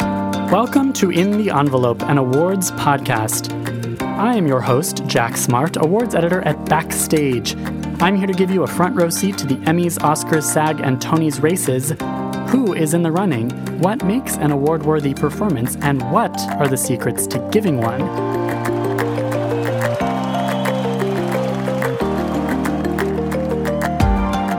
Welcome to In the Envelope, an awards podcast. I am your host, Jack Smart, awards editor at Backstage. I'm here to give you a front row seat to the Emmys, Oscars, SAG, and Tony's races. Who is in the running? What makes an award worthy performance? And what are the secrets to giving one?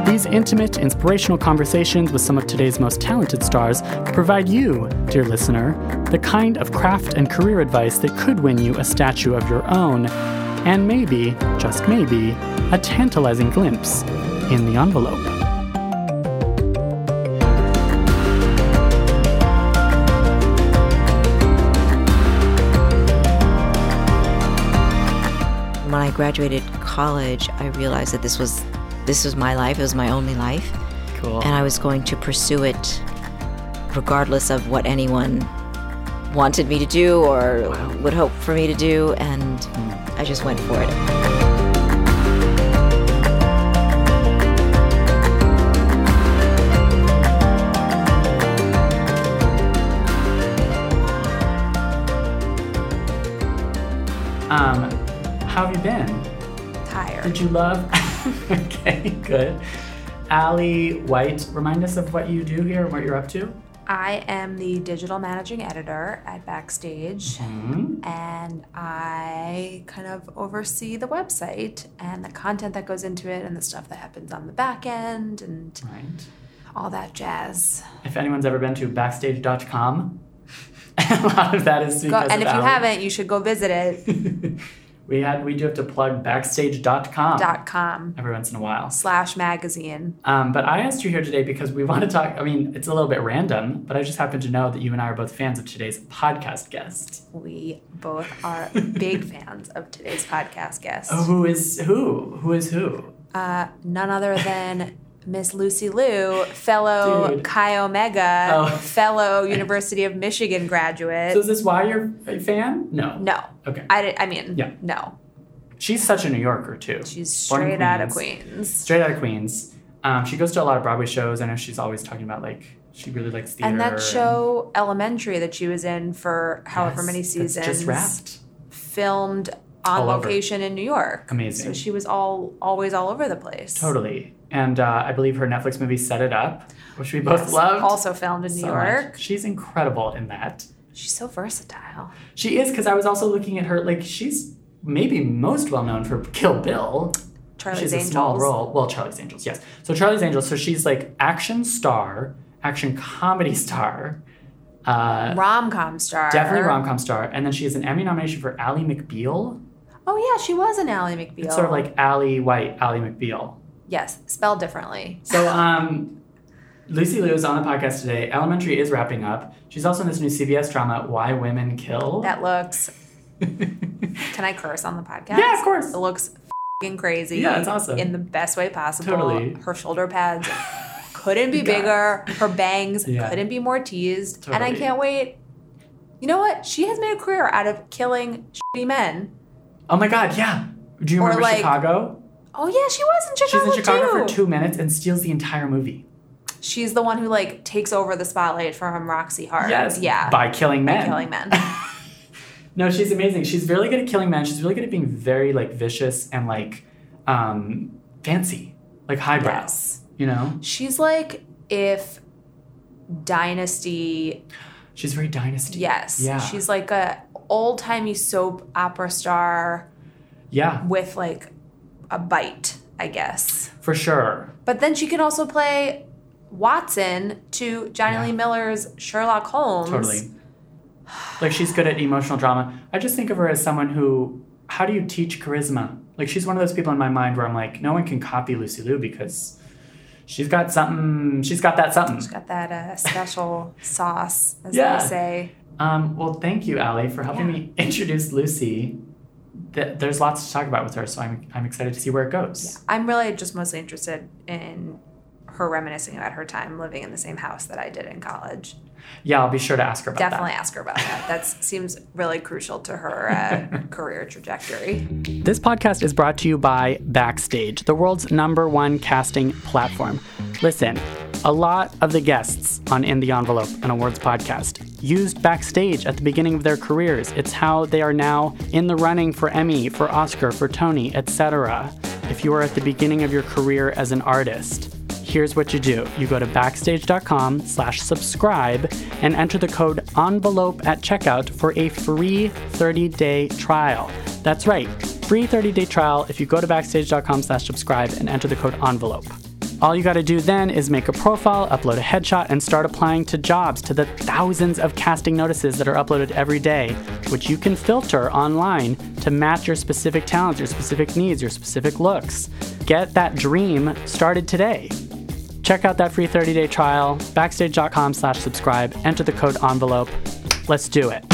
These intimate, inspirational conversations with some of today's most talented stars provide you, dear listener, the kind of craft and career advice that could win you a statue of your own, and maybe, just maybe, a tantalizing glimpse in the envelope. when I graduated college, I realized that this was this was my life. It was my only life, Cool. and I was going to pursue it, regardless of what anyone wanted me to do or would hope for me to do. And I just went for it. Um, how have you been? tired. Did you love? okay, good. Allie White, remind us of what you do here and what you're up to. I am the digital managing editor at Backstage, Mm-hmm. and I kind of oversee the website and the content that goes into it and the stuff that happens on the back end and Right. all that jazz. If anyone's ever been to backstage.com, a lot of that is Go, because and of if you Allie. haven't, you should go visit it. we had we do have to plug backstage.com dot com every once in a while. slash magazine. Um, but I asked you here today because we want to talk. I mean, it's a little bit random, but I just happen to know that you and I are both fans of today's podcast guest. We both are big fans of today's podcast guest. Oh, who is who? Who is who? Uh, none other than Miss Lucy Liu, fellow Dude. Chi Omega, Oh. fellow University of Michigan graduate. So is this why you're a fan? No. no, Okay. I, di- I mean, Yeah. no. She's such a New Yorker too. She's Born in straight out of Queens. Queens. Straight out of Queens. Um, she goes to a lot of Broadway shows. I know she's always talking about like she really likes theater. And that show, Elementary, that she was in for however Yes, many that's seasons, just wrapped. filmed on All over. location in New York. Amazing. So she was all always all over the place. Totally. And uh, I believe her Netflix movie Set It Up, which we both Yes. loved. Also filmed in New so much. York. She's incredible in that. She's so versatile. She is, because I was also looking at her, like, she's maybe most well known for Kill Bill. Charlie's she's Angels. a small role. Well, Charlie's Angels, yes. So Charlie's Angels, so she's like action star, action comedy star, uh, Rom com star. definitely rom com star. And then she has an Emmy nomination for Ally McBeal. Oh yeah, she was an Ally McBeal. It's sort of like Ally White, Ally McBeal. yes, spelled differently. So, um, Lucy Liu is on the podcast today. Elementary is wrapping up. She's also in this new CBS drama, Why Women Kill. That looks. Can I curse on the podcast? Yeah, of course. It looks fing crazy. Yeah, it's awesome. In the best way possible. Totally. Her shoulder pads couldn't be God. bigger. Her bangs Yeah. couldn't be more teased. And I Totally. can't wait. You know what? She has made a career out of killing shitty men. oh my God, yeah. Do you Or remember like- Chicago? Oh yeah, she was in She's Chicago. in Chicago too. for two minutes and steals the entire movie. She's the one who like takes over the spotlight from Roxy Hart. Yeah. By killing men. Killing men. No, she's amazing. She's really good at killing men. She's really good at being very like vicious and like um fancy, like highbrow. yes. You know, She's like if Dynasty, she's very dynasty. yes, Yeah. she's like a old timey soap opera star yeah, with like a bite, I guess. for sure. But then she can also play Watson to Johnny Yeah. Lee Miller's Sherlock Holmes. Totally. Like she's good at emotional drama. I just think of her as someone who how do you teach charisma? Like she's one of those people in my mind where I'm like, no one can copy Lucy Liu because she's got something she's got that something. She's got that uh, special sauce, as Yeah. they say. Um, well thank you, Allie, for helping Yeah. me introduce Lucy. Th- there's lots to talk about with her, so I'm I'm excited to see where it goes. I'm really just mostly interested in her reminiscing about her time living in the same house that I did in college. Yeah, I'll be sure to ask her about Definitely ask her about that. That seems really crucial to her uh, career trajectory. that. This podcast is brought to you by Backstage, the world's number one casting platform. Listen, a lot of the guests on In the Envelope, an awards podcast, used backstage at the beginning of their careers. It's how they are now in the running for Emmy, for Oscar, for Tony, etc. If you are at the beginning of your career as an artist, here's what you do. You go to backstage.com slash subscribe and enter the code envelope at checkout for a free 30-day trial. That's right, free 30-day trial if you go to backstage.com slash subscribe and enter the code envelope. All you gotta do then is make a profile, upload a headshot, and start applying to jobs to the thousands of casting notices that are uploaded every day, which you can filter online to match your specific talents, your specific needs, your specific looks. Get that dream started today. Check out that free 30-day trial, backstage.com slash subscribe, enter the code envelope. Let's do it.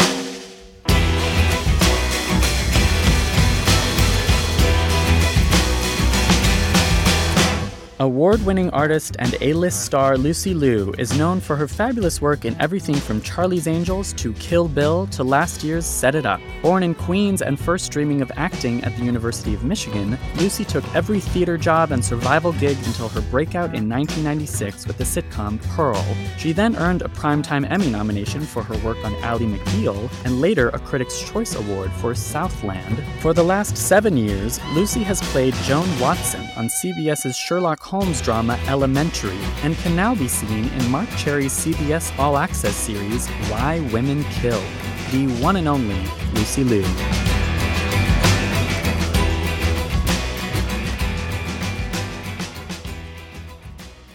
Award winning artist and A list star Lucy Liu is known for her fabulous work in everything from Charlie's Angels to Kill Bill to last year's Set It Up. Born in Queens and first dreaming of acting at the University of Michigan, Lucy took every theater job and survival gig until her breakout in 1996 with the sitcom Pearl. She then earned a Primetime Emmy nomination for her work on Ally McBeal and later a Critics' Choice Award for Southland. For the last seven years, Lucy has played Joan Watson on CBS's Sherlock Holmes drama Elementary and can now be seen in Mark Cherry's CBS All Access series Why Women Kill. The one and only Lucy Liu.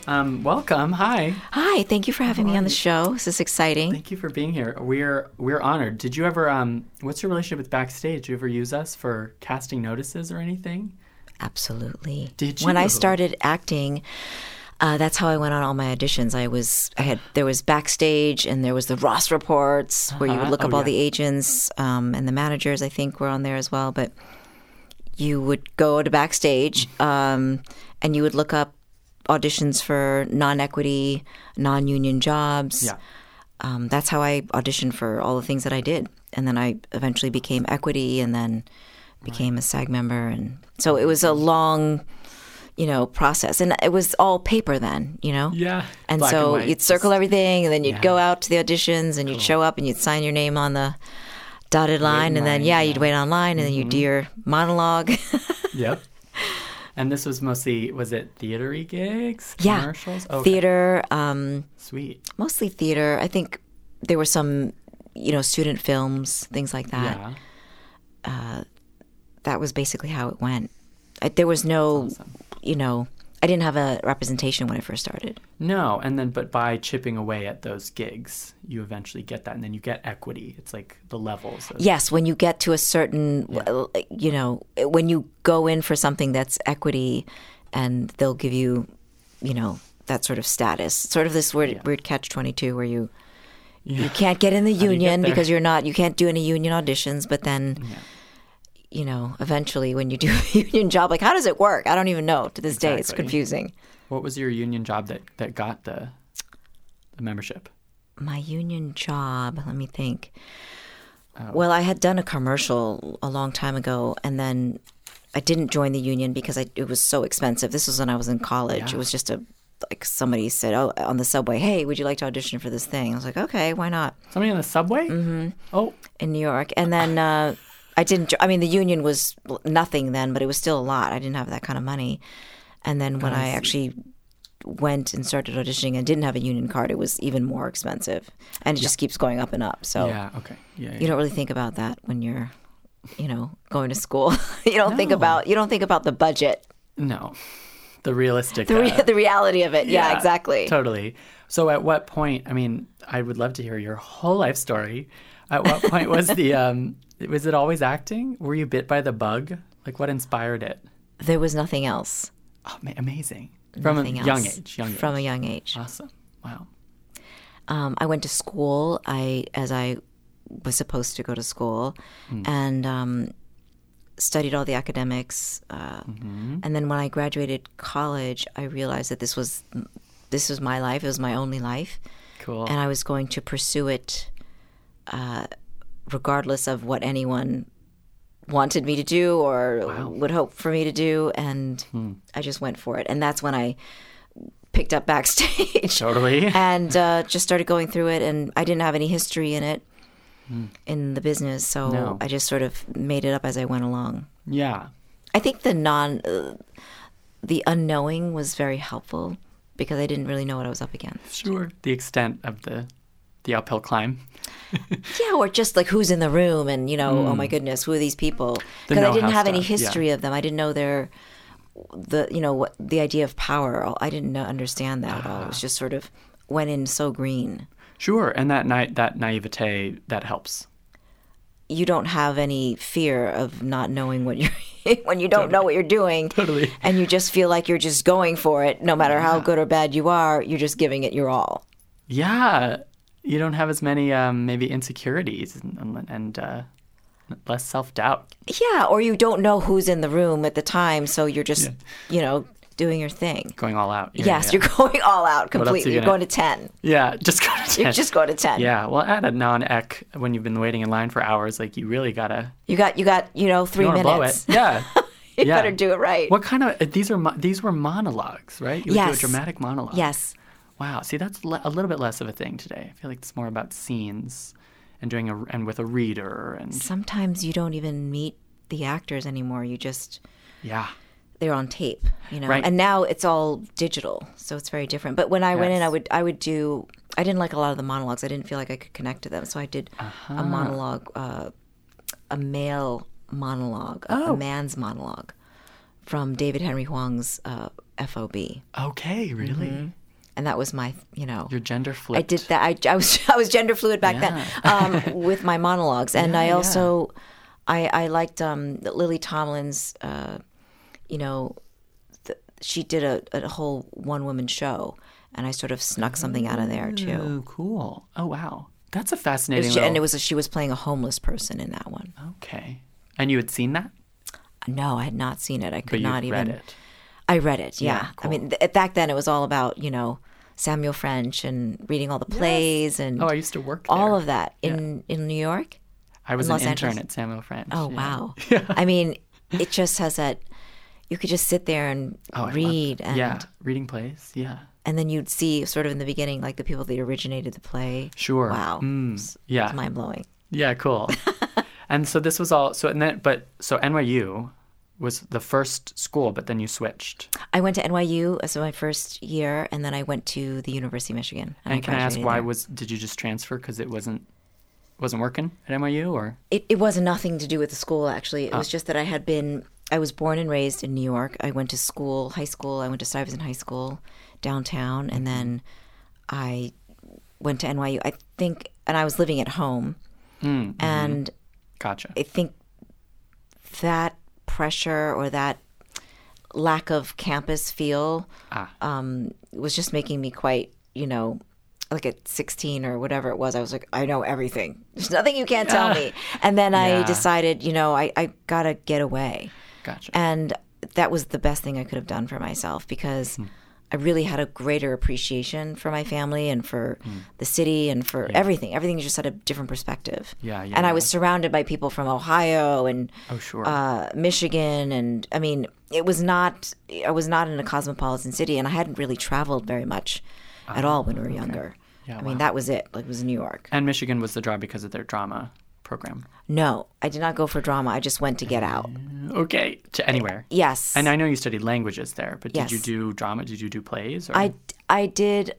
Um, welcome. Hi. Hi, thank you for having me on the show. This is exciting. Thank you for being here. We're we're honored. Did you ever um what's your relationship with backstage? Do you ever use us for casting notices or anything? Absolutely. Did When I you? started acting, uh, that's how I went on all my auditions. I was I had there was backstage and there was the Ross reports where you would look Oh, up all yeah. the agents um, and the managers. I think were on there as well, but you would go to backstage um, and you would look up auditions for non-equity, non-union jobs. Yeah. Um, that's how I auditioned for all the things that I did, and then I eventually became equity, and then became a SAG member, and so it was a long, you know, process, and it was all paper then, you know. Yeah. And Black so white. you'd circle everything, and then you'd go Yeah. out to the auditions, and you'd show up, and you'd sign your name on the dotted line, and line, then Mm-hmm. yeah, you'd wait online, and then you'd do your monologue. Yep. And this was mostly was it theatery gigs? yeah, Commercials? Oh theater. Um, sweet. mostly theater. I think there were some, you know, student films, things like that. Yeah. That was basically how it went. I, there was no, you know, I didn't have a representation when I first started. No, and then but by chipping away at those gigs, you eventually get that and then you get equity. It's like the levels. Of, Yes, when you get to a certain, well, you know, when you go in for something that's equity, and they'll give you, you know, that sort of status. Sort of this weird, weird catch twenty two where you. You can't get in the you get union there? because you're not. You can't do any union auditions. But then, you know, eventually, when you do a union job, like how does it work? I don't even know to this day. It's Exactly. confusing. What was your union job that that got the the membership? my union job let me think well i had done a commercial a long time ago and then i didn't join the union because I, it was so expensive this was when i was in college it was just a like somebody said oh on the subway hey would you like to audition for this thing i was like okay why not Somebody on the subway? Mm-hmm. Oh, in new york and then uh, i didn't jo- i mean the union was nothing then but it was still a lot i didn't have that kind of money and then Oh, when i actually went and started auditioning and didn't have a union card it was even more expensive and it just keeps going up and up so yeah. Okay. Yeah. yeah. you don't really think about that when you're you know going to school you don't think about you don't think about the budget no, the realistic. the, re- uh, the reality of it yeah, yeah, exactly Totally. So, at what point? I mean, I would love to hear your whole life story. At what point was the um? Was it always acting? Were you bit by the bug? Like, what inspired it? there was nothing else Oh, ma- amazing. From nothing a young else age. Young age. from a young age awesome. Wow. um, i went to school i as i was supposed to go to school and um, studied all the academics uh, and then when i graduated college i realized that this was this was my life it was my only life Cool. and I was going to pursue it, uh, regardless of what anyone wanted me to do or would hope for me to do. And I just went for it. And that's when I picked up backstage Totally. and uh, just started going through it. And I didn't have any history in it in the business, so Hmm. No. I just sort of made it up as I went along. Yeah. I think the non, uh, the unknowing was very helpful because I didn't really know what I was up against. Sure. The extent of the the uphill climb. Yeah, or just like who's in the room and you know, oh my goodness, who are these people? Hmm. The Because I know-how didn't have any stuff, yeah. history of them. I didn't know their the you know what the idea of power. I didn't know, understand that at all. It Ah. was just sort of went in so green. Sure. And that night that naivete that helps. You don't have any fear of not knowing what you're when you don't know what you're doing. Totally. And you just feel like you're just going for it, no matter how good or bad you are. You're just giving it your all. Yeah. You don't have as many um, maybe insecurities and, and uh, less self doubt. Yeah, or you don't know who's in the room at the time, so you're just, you know, doing your thing. Going all out. Yeah, yes, yeah. you're going all out else are completely. you You're gonna- going to 10. Yeah, just go to You're 10. just going to 10. Yeah, well, at a non-ec, when you've been waiting in line for hours, like you really gotta You got you got, you know, 3 you wanna blow it. minutes. Yeah. You yeah. better do it right. What kind of uh, these are mo- these were monologues, right? You would do a Yes. dramatic monologue. Yes. Wow. See, that's le- a little bit less of a thing today. I feel like it's more about scenes and doing a and with a reader and Sometimes you don't even meet the actors anymore. You just yeah. they're on tape, you know. Right. And now it's all digital, so it's very different. But when I went in, Yes. I would I would do. I didn't like a lot of the monologues. I didn't feel like I could connect to them, so I did Uh-huh. a monologue, uh, a male monologue, a- Oh. a man's monologue from David Henry Huang's uh, FOB, Okay, really. and that was my, you know, Your gender Mm-hmm. I flipped. did that. I, I was I was gender fluid back then um, with my monologues, and I also I I liked um, Lily Tomlin's. Uh, you know, th- she did a, a whole one woman show, and I sort of snuck something out of there too. Oh, cool. Oh, wow. That's a It fascinating. was ju- and it little- was she was playing a homeless person in that one. okay. And you had seen that, No, I had not seen it. I could but not you even. read it. I read it. Yeah, Yeah, cool. I mean, th- back then it was all about you know Samuel French and reading all the plays and Oh, I used to work there. all of that in in New York. I was an Los intern Angeles. at Samuel French. Oh yeah. wow! I mean, it just has that. You could just sit there and Oh, I love read, and yeah, reading plays. Yeah. and then you'd see sort of in the beginning, like the people that originated the play. Sure. Wow. Mm, yeah. It's mind blowing. Yeah, cool. and so this was all so and then but so NYU was the first school, but then you switched. I went to NYU as my first year, and then I went to the University of Michigan. And, can I ask graduated why there. was did you just transfer because it wasn't wasn't working at NYU or It, it was nothing to do with the school, actually. It was just that I had been, I was born and raised in New York. I went to school, high school, I went to Stuyvesant High School downtown, and then I went to NYU, I think, and I was living at home. And gotcha. I think that pressure or that lack of campus feel Ah. um, was just making me quite, you know, like at 16 or whatever it was, I was like, I know everything. There's nothing you can't tell me. And then I Yeah. decided, you know, I, I got to get away. Gotcha. And that was the best thing I could have done for myself because Hmm. I really had a greater appreciation for my family and for Hmm. the city and for everything. Everything just had a different perspective. Yeah, yeah, And I was surrounded by people from Ohio and oh sure. uh, Michigan, and I mean, it was not. I was not in a cosmopolitan city, and I hadn't really traveled very much at Uh-huh. all when we were younger. I mean, that was it. Like, it was New York. and Michigan was the draw because of their drama program. No, I did not go for drama. I just went to get out. Okay. To anywhere. Yes, Mm-hmm. And I know you studied languages there, but did you Yes. do drama? Did you do plays? Or? I, I did.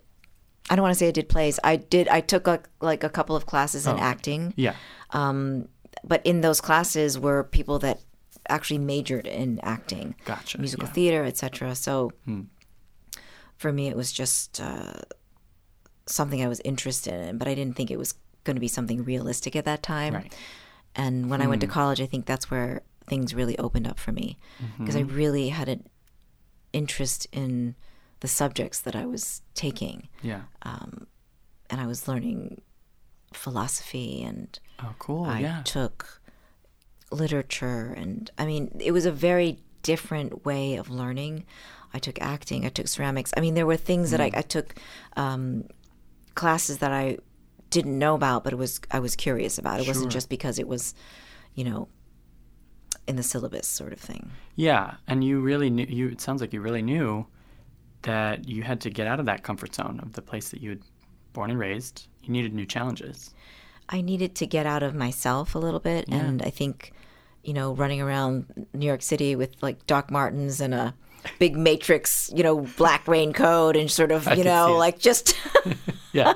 I don't want to say I did plays. I did. I took like like a couple of classes in Oh. acting, yeah. but in those classes were people that actually majored in acting. Gotcha. Hmm. musical theater, etc. So for me, it was just uh, something I was interested in, but I didn't think it was going to be something realistic at that time. Right. Hmm. And when I went to college, I think that's where things really opened up for me Mm-hmm. because I really had an interest in the subjects that I was taking, Yeah. and I was learning philosophy and oh cool. I yeah. took literature and I mean it was a very different way of learning. I took acting, I took ceramics. I mean there were things that I, I took um, classes that I didn't know about but it was I was curious about. It wasn't just because it was, you know, in the syllabus sort of thing. Yeah, and you really knew. You it sounds like you really knew that you had to get out of that comfort zone of the place that you had born and raised. You needed new challenges. I needed to get out of myself a little bit. And I think, you know, running around New York City with like Doc Martens and a big matrix, you know, black raincoat and sort of, you can see know, it. like just Yeah.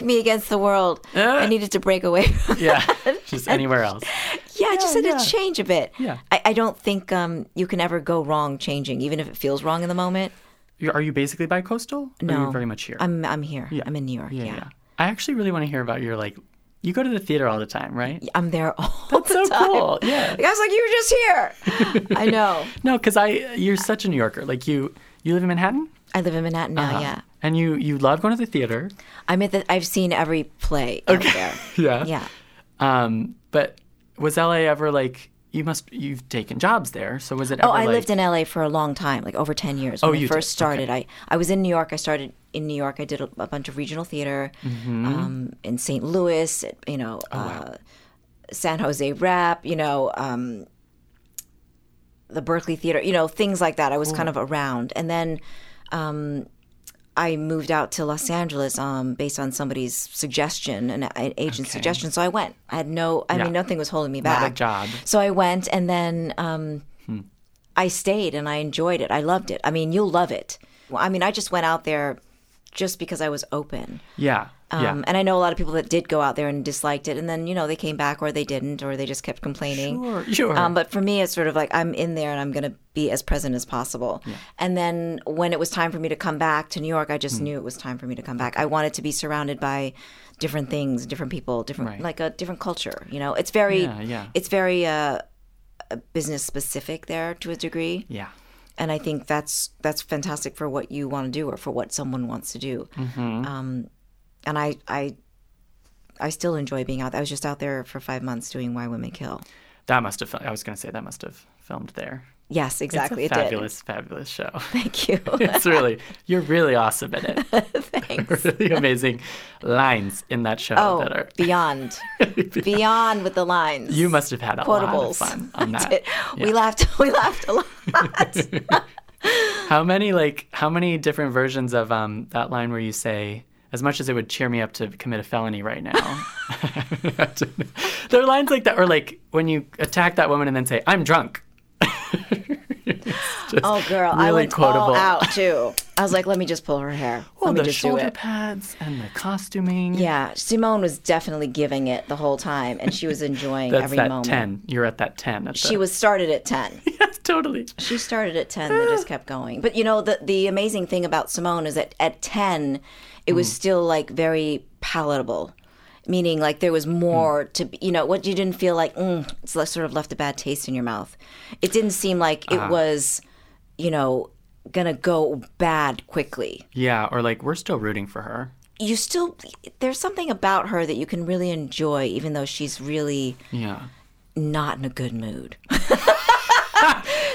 me against the world. Uh. I needed to break away from Yeah. Just anywhere else. Yeah, I just had to change a bit. Yeah. I, I don't think um, you can ever go wrong changing, even if it feels wrong in the moment. You're, are you basically bi-coastal? Or Are No. you very much here? I'm I'm here. I'm in New York. Yeah. I actually really want to hear about your like. You go to the theater all the time, right? I'm there all the so time. cool. Yeah. Like, I was like, you were just here. I know. No, because I you're such a New Yorker. Like you you live in Manhattan. I live in Manhattan now. Uh-huh. Yeah. And you you love going to the theater. I'm at the. I've seen every play out there. Yeah. Yeah. Um, but was LA ever like you must you've taken jobs there? So was it? Oh, ever, I like, lived in LA for a long time, like over 10 years. When Oh, I you first did. started, I, I was in New York. I started in New York. I did a, a bunch of regional theater Mm-hmm. um, in St. Louis, at, you know, Oh, uh, San Jose Rep, you know, um, the Berkeley Theater, you know, things like that. I was kind of around. And then um, I moved out to Los Angeles um, based on somebody's suggestion, an, an agent's suggestion. So I went. I had no, I mean, nothing was holding me back. Not a job. So I went and then um, I stayed and I enjoyed it. I loved it. I mean, you'll love it. Well, I mean, I just went out there just because I was open. Yeah. Um, yeah. And I know a lot of people that did go out there and disliked it. And then, you know, they came back or they didn't or they just kept complaining. Sure. Sure. Um, but for me, it's sort of like I'm in there and I'm going to be as present as possible. And then when it was time for me to come back to New York, I Hmm. just knew it was time for me to come back. I wanted to be surrounded by different things, different people, different Right. like a different culture. You know, it's very Yeah, yeah. it's very uh, uh, business specific there to a degree, yeah. and I think that's that's fantastic for what you want to do or for what someone wants to do. Mm-hmm. Um, and I I. I still enjoy being out. I was just out there for five months doing Why Women Kill. That must have. fil- I was going to say that must have filmed there. Yes, exactly. It's it a did. fabulous, fabulous show. Thank you. it's really you're really awesome in it. Thanks. really amazing lines in that show Oh, that are beyond, beyond with the lines. you must have had a lot of quotables. fun on I that. did. We laughed. We laughed a lot. How many like how many different versions of um that line where you say as much as it would cheer me up to commit a felony right now. there are lines like that, or like when you attack that woman and then say, "I'm drunk." Oh, girl, I really went all quotable. out too. I was like, let me just pull her hair. Well, let me the just do shoulder it. pads and the costuming. Yeah, Simone was definitely giving it the whole time, and she was enjoying that's every that moment. ten. You're at that ten. At She the, was started at ten. yes, totally. She started at 10 and just kept going. But you know, the, the amazing thing about Simone is that at 10, it was still like very palatable, meaning like there was more to, be- you know, what you didn't feel like, mm, it's le- sort of left a bad taste in your mouth. It didn't seem like it was, you know, gonna go bad quickly. Yeah, or like we're still rooting for her. You still, there's something about her that you can really enjoy, even though she's really Yeah. not in a good mood.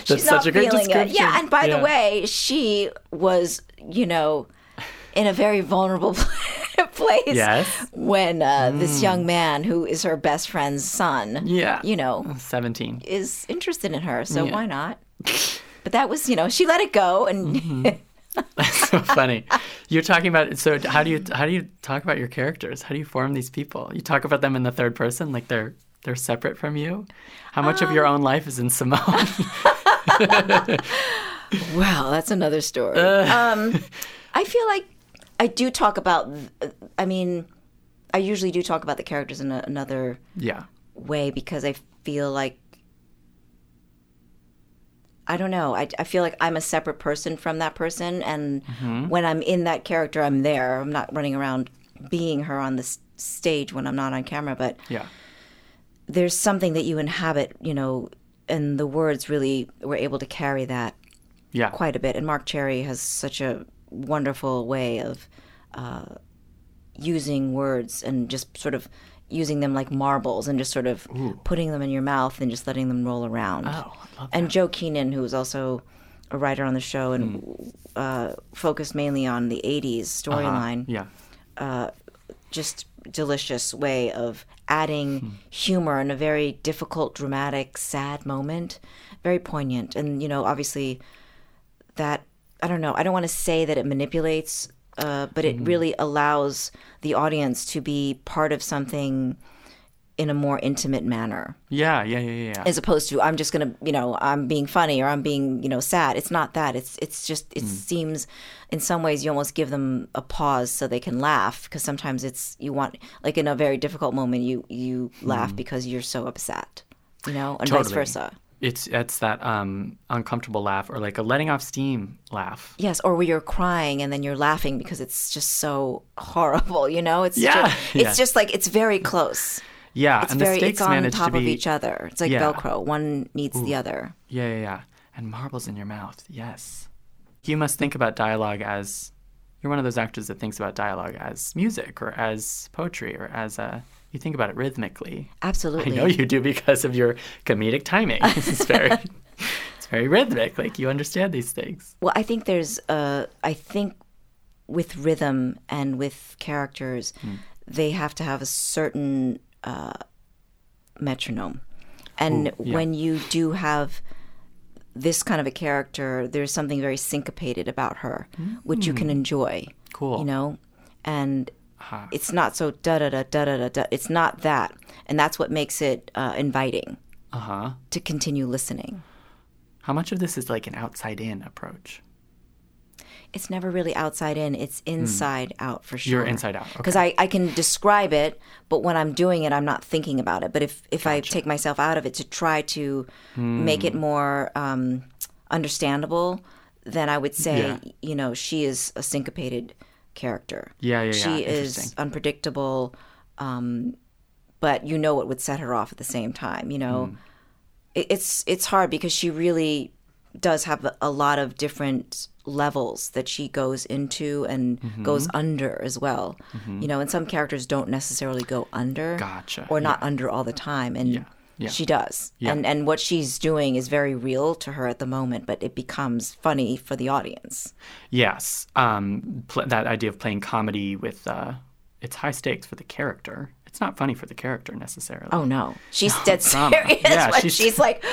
That's She's such not a great feeling description. It. Yeah, and by Yeah. the way, she was, you know, in a very vulnerable place Yes. Mm. when uh, this young man, who is her best friend's son, Yeah. you know, 17. is interested in her. So why not? But that was, you know, she let it go, and Mm-hmm. so funny. You're talking about so how do you how do you talk about your characters? How do you form these people? You talk about them in the third person like they're they're separate from you? How much of your Um. own life is in Simone? wow, that's another story. Uh. Um, I feel like I do talk about. I mean, I usually do talk about the characters in a, another yeah. way because I feel like I don't know. I, I feel like I'm a separate person from that person, and when I'm in that character, I'm there. I'm not running around being her on the s- stage when I'm not on camera. But Yeah. there's something that you inhabit, you know, and the words really were able to carry that Yeah. quite a bit. And Mark Cherry has such a wonderful way of uh, using words and just sort of using them like marbles and just sort of putting them in your mouth and just letting them roll around. Oh, I love and Joe Keenan, who is also a writer on the show and Hmm. uh, focused mainly on the 80s storyline, Yeah. just delicious way of adding humor in a very difficult, dramatic, sad moment. Very poignant. And, you know, obviously that I don't know. I don't want to say that it manipulates, uh, but it really allows the audience to be part of something in a more intimate manner, Yeah, yeah, yeah, yeah. as opposed to I'm just gonna, you know, I'm being funny or I'm being, you know, sad. It's not that. It's it's just Mm. it seems, in some ways, you almost give them a pause so they can laugh because sometimes it's you want like in a very difficult moment you you laugh because you're so upset, you know, and vice Mm. Totally. versa. It's it's that um, uncomfortable laugh or like a letting off steam laugh. Yes, or where you're crying and then you're laughing because it's just so horrible, you know? It's Yeah. just it's Yeah. just like it's very close. Yeah, It's and very the stakes it's on manage top to be of each other. It's like Yeah. Velcro. One needs the other. Yeah, yeah, yeah. And marbles in your mouth. Yes. You must think about dialogue as you're one of those actors that thinks about dialogue as music or as poetry or as a you think about it rhythmically. I Absolutely. know you do because of your comedic timing. it's very it's very rhythmic. Like you understand these things. Well, I think there's uh I think with rhythm and with characters, they have to have a certain uh, metronome. And when you do have this kind of a character, there's something very syncopated about her, which you can enjoy. Cool. You know? And it's not so da da da da da da da. It's not that. And that's what makes it uh, inviting Uh-huh. to continue listening. How much of this is like an outside in approach? It's never really outside in, it's inside out for sure. Hmm. You're inside out. Okay. because I, I can describe it but when i'm doing it i'm not thinking about it but if, if i take myself out of it to try to make Hmm. it more um, understandable then i would say Yeah. you know she is a syncopated character Yeah, yeah, she yeah. is Interesting. unpredictable um, but you know what would set her off at the same time you know it, it's it's hard because she really does have a- a lot of different levels that she goes into and Mm-hmm. goes under as well. You know, and some characters don't necessarily go under Gotcha, or not under all the time and yeah. she does. And and what she's doing is very real to her at the moment, but it becomes funny for the audience. Yes. Um, pl- that idea of playing comedy with uh, it's high stakes for the character. It's not funny for the character necessarily. Oh no. She's dead drama. serious Yeah, when she's- Oh. she's, like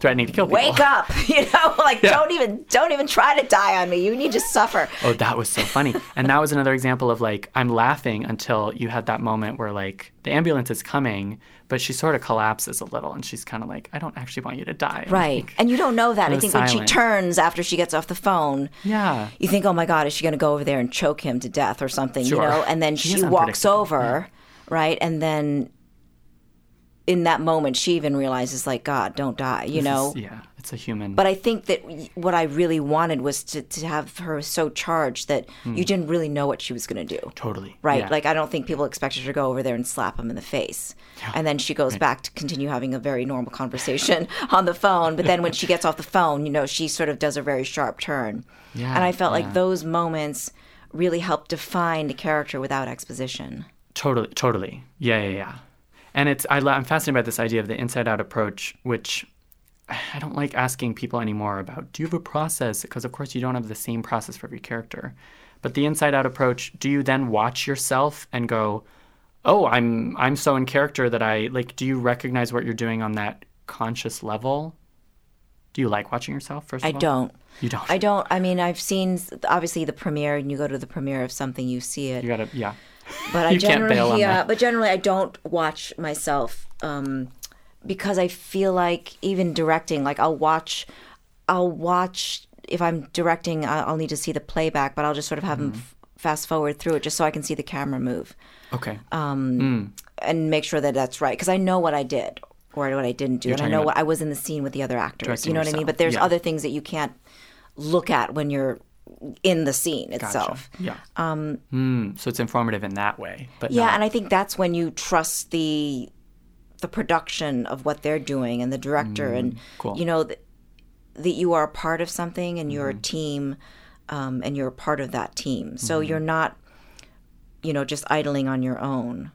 Threatening to kill people. wake up, you know, like don't even don't even try to die on me. You need to suffer. Oh, that was so funny. and that was another example of like, I'm laughing until you had that moment where like the ambulance is coming, but she sort of collapses a little and she's kind of like, I don't actually want you to die. And I Right. think, And you don't know that. I was think when silent. she turns after she gets off the phone, yeah. you think, oh my God, is she going to go over there and choke him to death or something, Sure. you know? And then She she, is walks unpredictable, over, right? And then in that moment, she even realizes, like, God, don't die, you know? Yeah. It's a human. But I think that y- what I really wanted was to, to have her so charged that Hmm. you didn't really know what she was going to do. totally. Right. Yeah. Like, I don't think people expected her to go over there and slap him in the face. And then she goes back to continue having a very normal conversation on the phone. But then when she gets off the phone, you know, she sort of does a very sharp turn. Yeah, and I felt yeah. like those moments really help define the character without exposition. Totally, totally. Yeah, yeah, yeah. And it's I, lo- I'm fascinated by this idea of the inside-out approach, which I don't like asking people anymore about. Do you have a process? Because of course you don't have the same process for every character. But the inside-out approach, do you then watch yourself and go, "Oh, I'm I'm so in character that I like." Do you recognize what you're doing on that conscious level? Do you like watching yourself? First, I of all? don't. You don't. I don't. I mean, I've seen obviously the premiere, and you go to the premiere of something, you see it. You gotta, yeah. but I You can't generally, bail on yeah, that. but generally, I don't watch myself um, because I feel like even directing, like I'll watch, I'll watch if I'm directing, I- I'll need to see the playback, but I'll just sort of have Mm-hmm. them f- fast forward through it just so I can see the camera move Okay. Uh, and make sure that that's right because I know what I did or what I didn't do, and I talking know about what I was in the scene with the other actors. directing You know what I yourself, mean? But there's yeah. other things that you can't look at when you're in the scene itself. yeah. Um. so it's informative in that way, but Yeah, not- and I think that's when you trust the the production of what they're doing and the director and Mm, cool. you know th- that you are a part of something and Mm-hmm. you're a team um, and you're a part of that team. So Mm-hmm. you're not you know just idling on your own.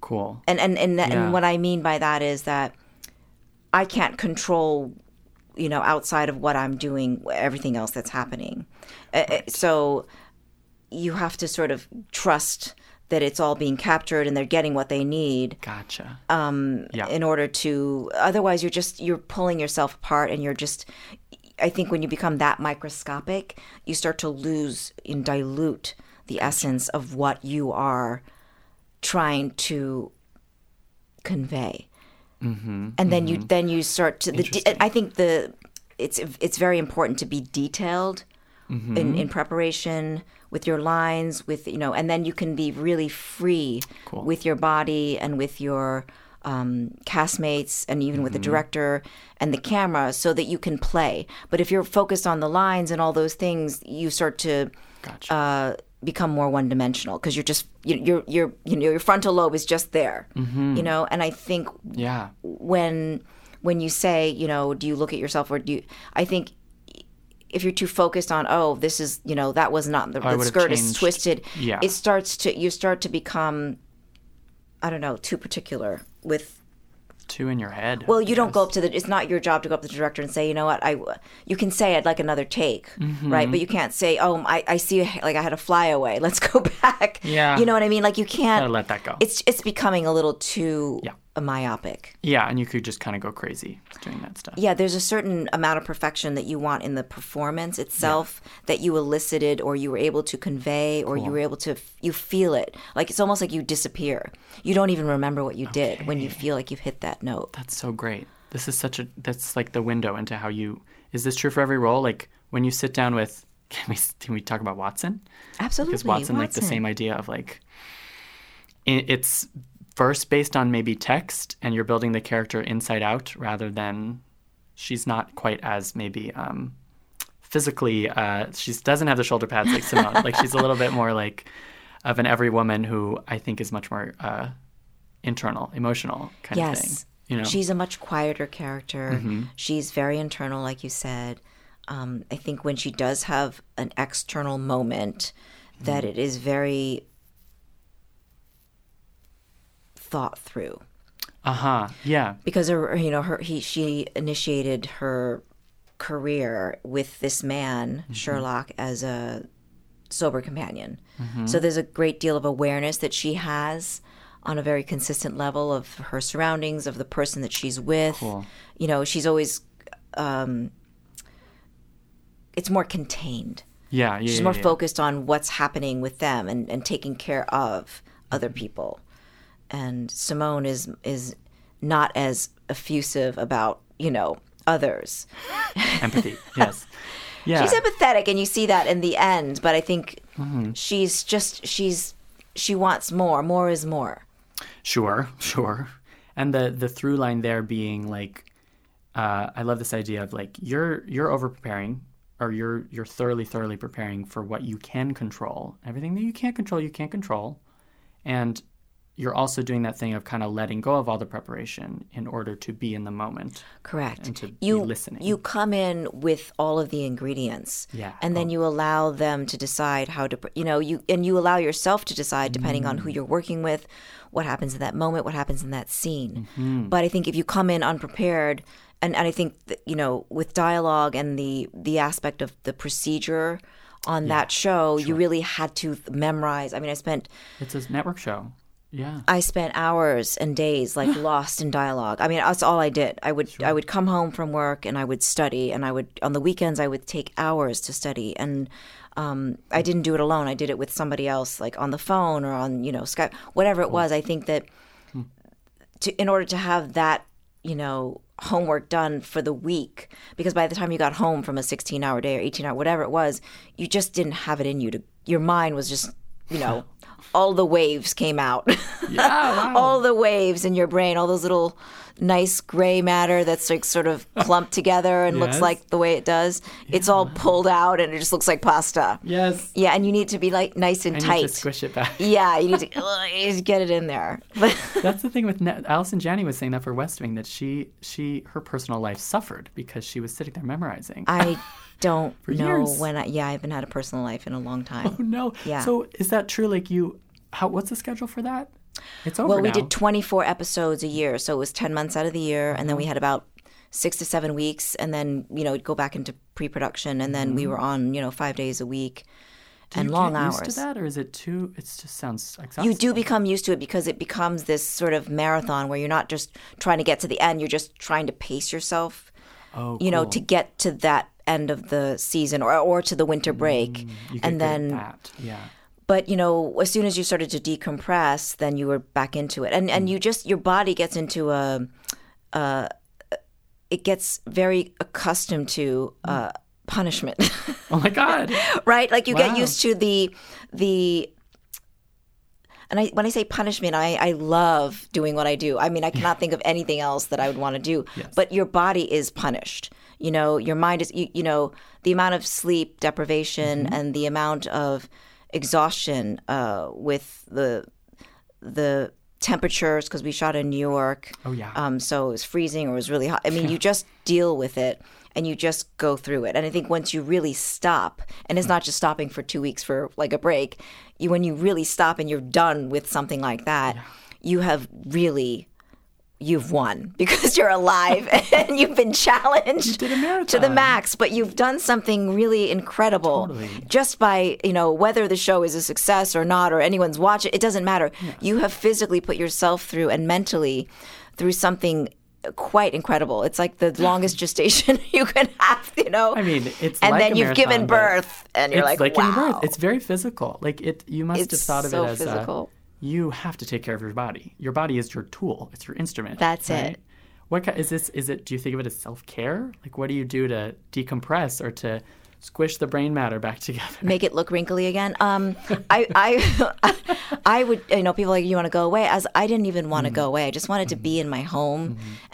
cool. And and and, Yeah. and what I mean by that is that I can't control you know outside of what I'm doing everything else that's happening. Uh, uh, So you have to sort of trust that it's all being captured and they're getting what they need Gotcha. Um, in order to otherwise you're just you're pulling yourself apart and you're just I think when you become that microscopic, you start to lose and dilute the essence of what you are trying to convey. Mm-hmm, and then you then you start to the de- I think the it's it's very important to be detailed in, in preparation with your lines with you know and then you can be really free with your body and with your um, castmates and even with the director and the camera so that you can play but if you're focused on the lines and all those things you start to Gotcha. uh, become more one-dimensional because you're just you, you're you're you know your frontal lobe is just there you know and i think yeah. when when you say you know do you look at yourself or do you i think if you're too focused on oh this is you know that was not the, I the would've skirt is changed. twisted Yeah. it starts to you start to become i don't know too particular with Two in your head. well you don't go up to the it's not your job to go up to the director and say you know what i you can say i'd like another take Mm-hmm. right but you can't say oh I, I see like i had a flyaway let's go back Yeah. you know what i mean like you can't Gotta let that go. it's it's becoming a little too Yeah. myopic yeah, and you could just kind of go crazy doing that stuff. yeah, there's a certain amount of perfection that you want in the performance itself that you elicited or you were able to convey or you were able to you feel it. Like it's almost like you disappear. You don't even remember what you did when you feel like you've hit that note. That's so great. This is such a that's like the window into how you is this true for every role? Like when you sit down with can we can we talk about Watson? Absolutely. Because Watson, like the same idea of like i- it's first based on maybe text and you're building the character inside out rather than she's not quite as maybe um physically uh she doesn't have the shoulder pads like Simone. like she's a little bit more like of an every woman who I think is much more uh internal, emotional kind of thing. Yes. You know? She's a much quieter character. Mm-hmm. She's very internal, like you said. Um, I think when she does have an external moment, that Mm-hmm. it is very thought through. Uh-huh. Yeah. because her, you know her he she initiated her career with this man Sherlock as a sober companion. So there's a great deal of awareness that she has on a very consistent level of her surroundings, of the person that she's with. You know, she's always um it's more contained. Yeah, yeah. She's yeah, more yeah. focused on what's happening with them and, and taking care of other Mm-hmm. people. And Simone is is not as effusive about, you know, others. empathy. Yes. Yeah. She's empathetic and you see that in the end, but I think Mm-hmm. she's just she's she wants more. More is more. Sure, sure. And the the through line there being like, uh, I love this idea of like you're you're over preparing or you're you're thoroughly thoroughly preparing for what you can control. Everything that you can't control, you can't control, and you're also doing that thing of kind of letting go of all the preparation in order to be in the moment. Correct. to be you listening. you come in with all of the ingredients, Yeah. Oh. and then you allow them to decide how to, you know, you and you allow yourself to decide depending on who Mm. you're working with, what happens in that moment, what happens in that scene. Mm-hmm. But I think if you come in unprepared, and and I think that, you know with dialogue and the the aspect of the procedure on that show, you really had to memorize. I mean, I spent It's a network show. Yeah. I spent hours and days like lost in dialogue. I mean, that's all I did. I would I would come home from work and I would study, and I would on the weekends I would take hours to study, and um, I didn't do it alone. I did it with somebody else, like on the phone or on you know Skype, whatever it was. I think that to in order to have that you know homework done for the week, because by the time you got home from a sixteen hour day or eighteen hour whatever it was, you just didn't have it in you to. Your mind was just you know. All the waves came out. Oh, all the waves in your brain, all those little nice gray matter that's like sort of clumped together and Yes. looks like the way it does. It's all pulled out and it just looks like pasta. Yes. Yeah, and you need to be like nice and I tight. need to squish it back. yeah, you need to ugh, you need to get it in there. But That's the thing with ne- Allison Janney was saying that for West Wing that she she her personal life suffered because she was sitting there memorizing. I don't know years. when I yeah, I haven't had a personal life in a long time. Oh, no. Yeah. So is that true? Like you, how? What's the schedule for that? It's over Well, now. we did 24 episodes a year, so it was 10 months out of the year, and Mm-hmm. then we had about six to seven weeks, and then you know it'd go back into pre-production, and then we were on you know five days a week, Mm-hmm. You and long get hours. Used to that, or is it too? It just sounds exhausting. You do become used to it because it becomes this sort of marathon where you're not just trying to get to the end, you're just trying to pace yourself, Oh, you know, cool. to get to that end of the season or, or to the winter break. Mm, You could get and then that. yeah, but you know as soon as you started to decompress then you were back into it and and you just your body gets into a uh it gets very accustomed to uh punishment oh my god, right like you Wow. get used to the the and I, when I say punishment, I, I love doing what I do. I mean, I cannot think of anything else that I would want to do. But your body is punished. You know, your mind is, you, you know, the amount of sleep deprivation Mm-hmm. and the amount of exhaustion uh, with the the temperatures because we shot in New York. oh yeah, Um, so it was freezing or it was really hot. I mean, you just deal with it and you just go through it. And I think once you really stop, and it's not just stopping for two weeks for like a break, you when you really stop and you're done with something like that, you have really you've won because you're alive and you've been challenged did a to the marathon. max but you've done something really incredible just by you know whether the show is a success or not or anyone's watching it doesn't matter you have physically put yourself through and mentally through something quite incredible it's like the longest gestation you can have you know I mean, it's and like then a you've given marathon, but birth and you're it's like, like wow in birth. It's very physical. Like it, you must have It's thought of so it as a- physical. you have to take care of your body. Your body is your tool. It's your instrument. That's right? it. What ki- is this? Is it? Do you think of it as self care? Like what do you do to decompress or to squish the brain matter back together? make it look wrinkly again. Um, I, I, I would, you know, people are like you want to go away. As I didn't even want Mm. to go away. I just wanted to Mm-hmm. be in my home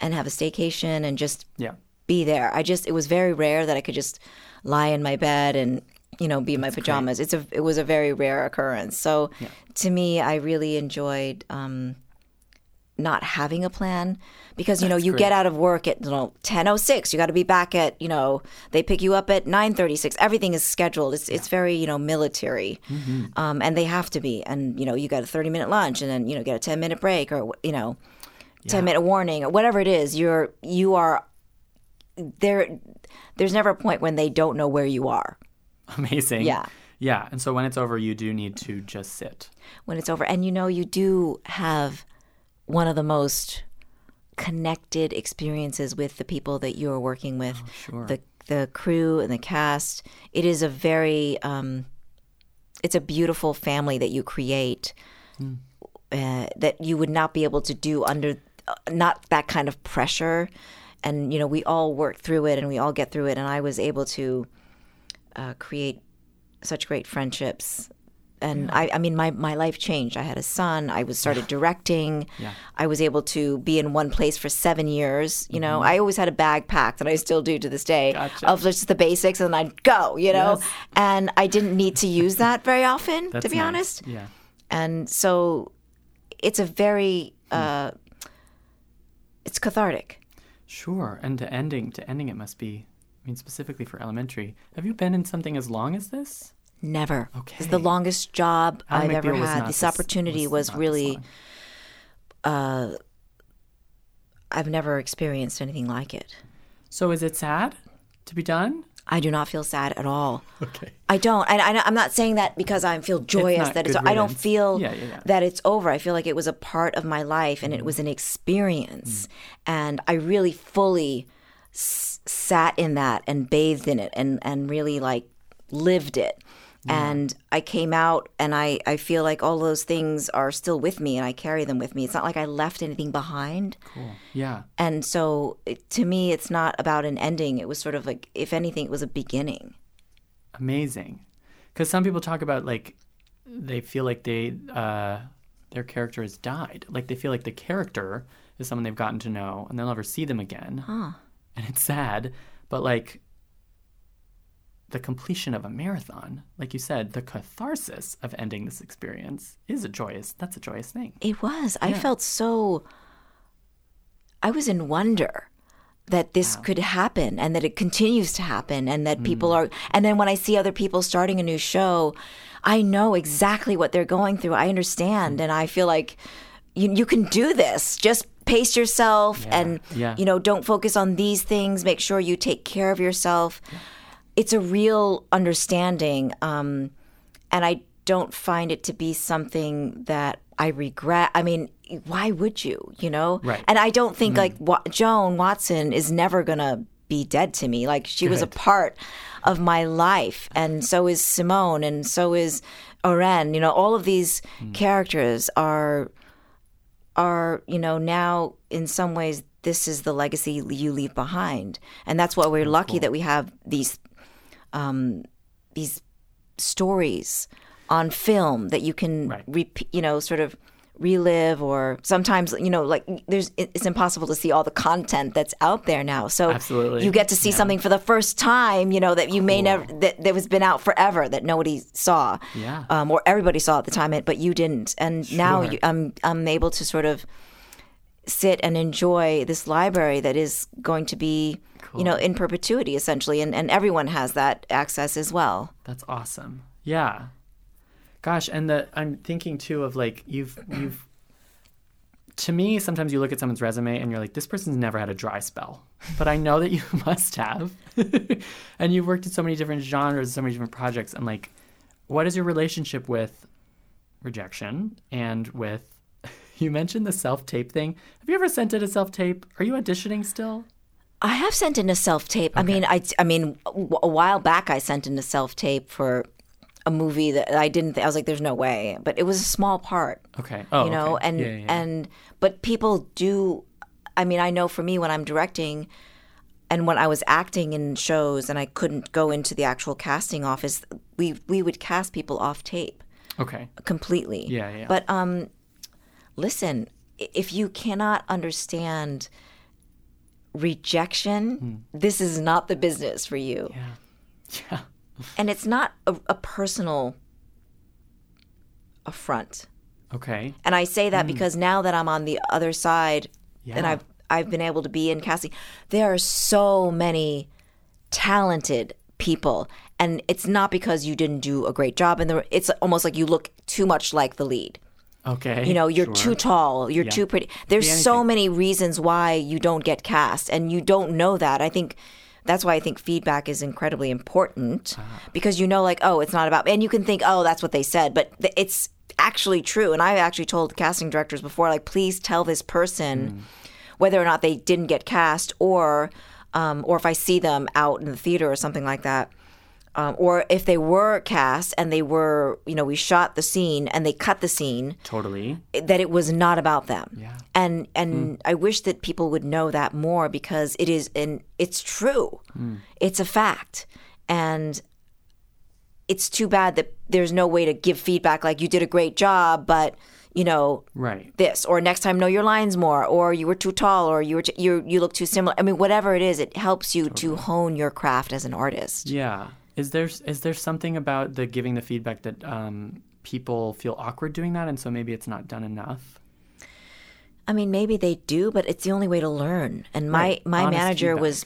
and have a staycation and just Yeah. be there. I just, it was very rare that I could just lie in my bed and, you know, be in my pajamas. It's a, it was a very rare occurrence. So to me, I really enjoyed, um, not having a plan because you know you get out of work at you know 10:06 you got to be back at you know they pick you up at 9:36 everything is scheduled it's it's very you know military um, and they have to be and you know you got a 30 minute lunch and then you know get a 10 minute break or you know 10 minute warning or whatever it is you're you are there there's never a point when they don't know where you are Amazing. Yeah. Yeah. And so when it's over, you do need to just sit. when it's over. And you know, you do have one of the most connected experiences with the people that you are working with, the the crew and the cast. It is a very um, it's a beautiful family that you create uh, that you would not be able to do under uh, not that kind of pressure. And you know, we all work through it, and we all get through it. And I was able to uh, create such great friendships and I, I mean my, my life changed i had a son i was started directing i was able to be in one place for seven years you know i always had a bag packed and i still do to this day Mm-hmm. Gotcha. of just the basics and i'd go you know and i didn't need to use that very often to That's be nice. honest Yeah. and so it's a very uh, it's cathartic Sure. And to ending, to ending, it must be. I mean, specifically for elementary. Have you been in something as long as this? Never. It's Okay. the longest job I've McBeal ever was had. not This this- opportunity was was, not this really. Uh, long. I've never experienced anything like it. So is it sad to be done? I do not feel sad at all. Okay. I don't. I, I, I'm not saying that because I feel joyous not that it's. good I don't riddance. feel Yeah, yeah, yeah. that it's over. I feel like it was a part of my life and it was an Mm-hmm. experience, and I really fully s- sat in that and bathed in it and and really like lived it. And I came out, and I I feel like all those things are still with me, and I carry them with me. It's not like I left anything behind. Cool. Yeah. And so, it, to me, it's not about an ending. It was sort of like, if anything, it was a beginning. amazing because some people talk about like they feel like they uh, their character has died like they feel like the character is someone they've gotten to know and they'll never see them again and it's sad but like the completion of a marathon like you said the catharsis of ending this experience is a joyous that's a joyous thing It was. I felt so. I was in wonder that this could happen and that it continues to happen and that Hmm. people are. And then when I see other people starting a new show, I know exactly what they're going through. I Hmm. understand. And I feel like you, you can do this. Just pace yourself and, Yeah. you know, don't focus on these things. Make sure you take care of yourself. It's a real understanding. Um, and I don't find it to be something that I regret. I mean, why would you? You know, Right. and I don't think like Wa- Joan Watson is never gonna be dead to me. Like she was a part of my life, and so is Simone, and so is Oren. You know, all of these characters are are you know now in some ways this is the legacy you leave behind, and that's why we're lucky that we have these um, these stories on film that you can Right. rep- you know sort of relive or sometimes you know like there's it- it's impossible to see all the content that's out there now so Absolutely. you get to see something for the first time you know that you may never that, that was been out forever that nobody saw Yeah. um, or everybody saw at the time it but you didn't and now you, i'm i'm able to sort of sit and enjoy this library that is going to be you know in perpetuity essentially and, and everyone has that access as well That's awesome. Yeah. Gosh, and the I'm thinking too of like you've you've to me sometimes you look at someone's resume and you're like this person's never had a dry spell. But I know that you must have. and you've worked in so many different genres, so many different projects and like what is your relationship with rejection and with you mentioned the self-tape thing. Have you ever sent in a self-tape? Are you auditioning still? I have sent in a self tape. I mean, I, I mean, w- a while back I sent in a self tape for a movie that I didn't. Th- I was like, "There's no way," but it was a small part, Okay. Oh, you know. okay. And Yeah, yeah, yeah. and but people do. I mean, I know for me when I'm directing, and when I was acting in shows, and I couldn't go into the actual casting office, we we would cast people off tape okay. completely. Yeah, yeah. But um, listen, i- if you cannot understand rejection, this is not the business for you. Hmm. Yeah. Yeah. And it's not a, a personal affront. Okay. And I say that because now that I'm on the other side and Yeah. I've I've been able to be in casting, there are so many talented people. And it's not because you didn't do a great job and it's almost like you look too much like the lead. Okay. You know, you're too tall, you're too pretty. There's so many reasons why you don't get cast, and you don't know that. I think that's why I think feedback is incredibly important because you know, like, oh, it's not about, and you can think, oh, that's what they said, but th- it's actually true. And I've actually told casting directors before, like, please tell this person whether or not they didn't get cast or um, or if I see them out in the theater or something like that. Um, or if they were cast and they were, you know, we shot the scene and they cut the scene, Totally. that it was not about them. Yeah. And and I wish that people would know that more because it is and it's true. It's a fact. And it's too bad that there's no way to give feedback like you did a great job, but you know Right. this or next time know your lines more or you were too tall or you were t- you you look too similar. I mean whatever it is, it helps you to hone your craft as an artist. Yeah. Is there is there something about the giving the feedback that um, people feel awkward doing that, and so maybe it's not done enough? I mean, maybe they do, but it's the only way to learn. And my Right. my Honest manager feedback. was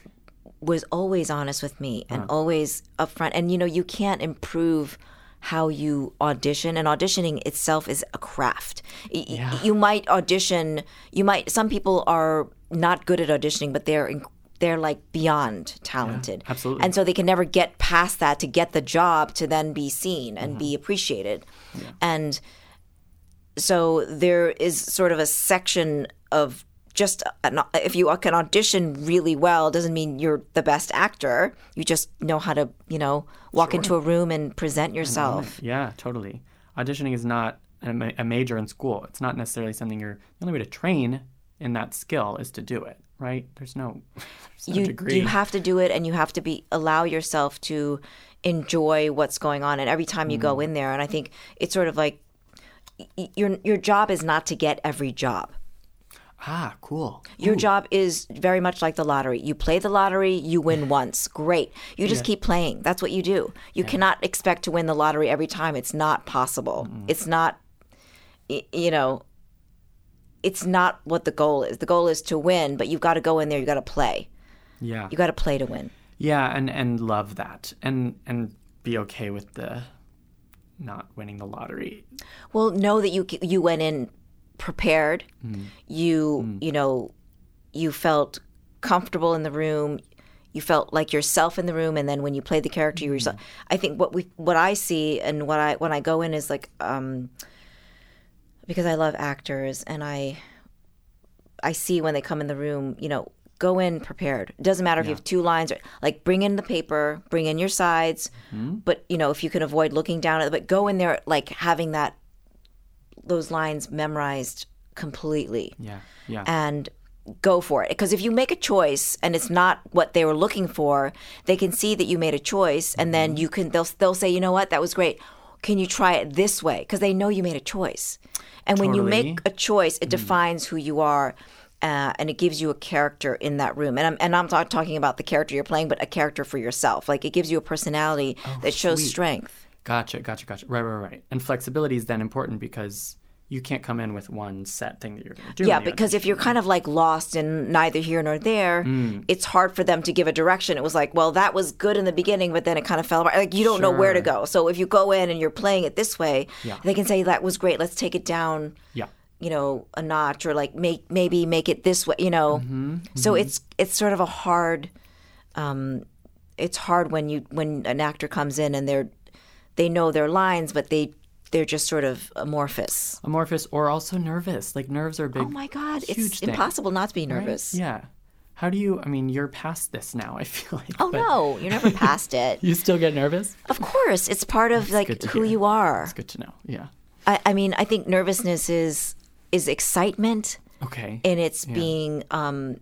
was always honest with me and always upfront. And you know, you can't improve how you audition and auditioning itself is a craft. Y- y- You might audition, you might some people are not good at auditioning, but they're in, they're like beyond talented. absolutely. And so they can never get past that to get the job to then be seen Mm-hmm. and be appreciated. And so there is sort of a section of just an, if you can audition really well doesn't mean you're the best actor you just know how to you know walk into a room and present yourself Yeah, totally. Auditioning is not a, ma- a major in school. It's not necessarily something you're. The only way to train in that skill is to do it. Right. There's no. There's no you degree. you have to do it and you have to be allow yourself to enjoy what's going on and every time you go in there and i think it's sort of like y- y- your your job is not to get every job ah, cool. Your job is very much like the lottery. You play the lottery, you win once. Great. You just keep playing. That's what you do. You cannot expect to win the lottery every time. It's not possible. It's not, y- you know, it's not what the goal is. The goal is to win, but you've got to go in there, you've got to play. Yeah. you got to play to win. Yeah, and and love that, and and be okay with the not winning the lottery. Well, know that you you went in prepared. You you know you felt comfortable in the room. You felt like yourself in the room, and then when you played the character, you were yourself. I think what we what I see and what I when I go in is like um, because I love actors and I I see when they come in the room, you know, go in prepared. It doesn't matter if you have two lines or like bring in the paper, bring in your sides, but you know if you can avoid looking down at it, but go in there like having that those lines memorized completely Yeah. Yeah. and go for it. Because if you make a choice and it's not what they were looking for, they can see that you made a choice, and Mm-hmm. then you can they'll they'll say, you know what, that was great. Can you try it this way? Because they know you made a choice, and when you Totally. Mm-hmm. make a choice, it defines who you are. Uh, and it gives you a character in that room, and I'm and I'm not talking about the character you're playing, but a character for yourself. Like it gives you a personality that shows Oh, sweet. strength. Gotcha, gotcha, gotcha. Right, right, right. And flexibility is then important because you can't come in with one set thing that you're going to do. in Yeah, the because if you're kind of like lost and neither here nor there, Mm. it's hard for them to give a direction. It was like, well, that was good in the beginning, but then it kind of fell apart. Like you don't know where to Sure. go. So if you go in and you're playing it this way, they can say that was great. Let's take it down, audition. Yeah. you know, a notch, or like make maybe make it this way, you know. Mm-hmm, So it's it's sort of a hard, um, it's hard when you when an actor comes in and they're they know their lines, but they they're just sort of amorphous. Amorphous or also nervous. Like nerves are a big. Oh my God, huge it's thing, impossible not to be nervous. Yeah. How do you, I mean, you're past this now, I feel like. Oh but no, you're never past it. You still get nervous? Of course, it's part of good like to who hear. you are. It's good to know. Yeah. I, I mean, I think nervousness is is excitement, Okay. and it's being um,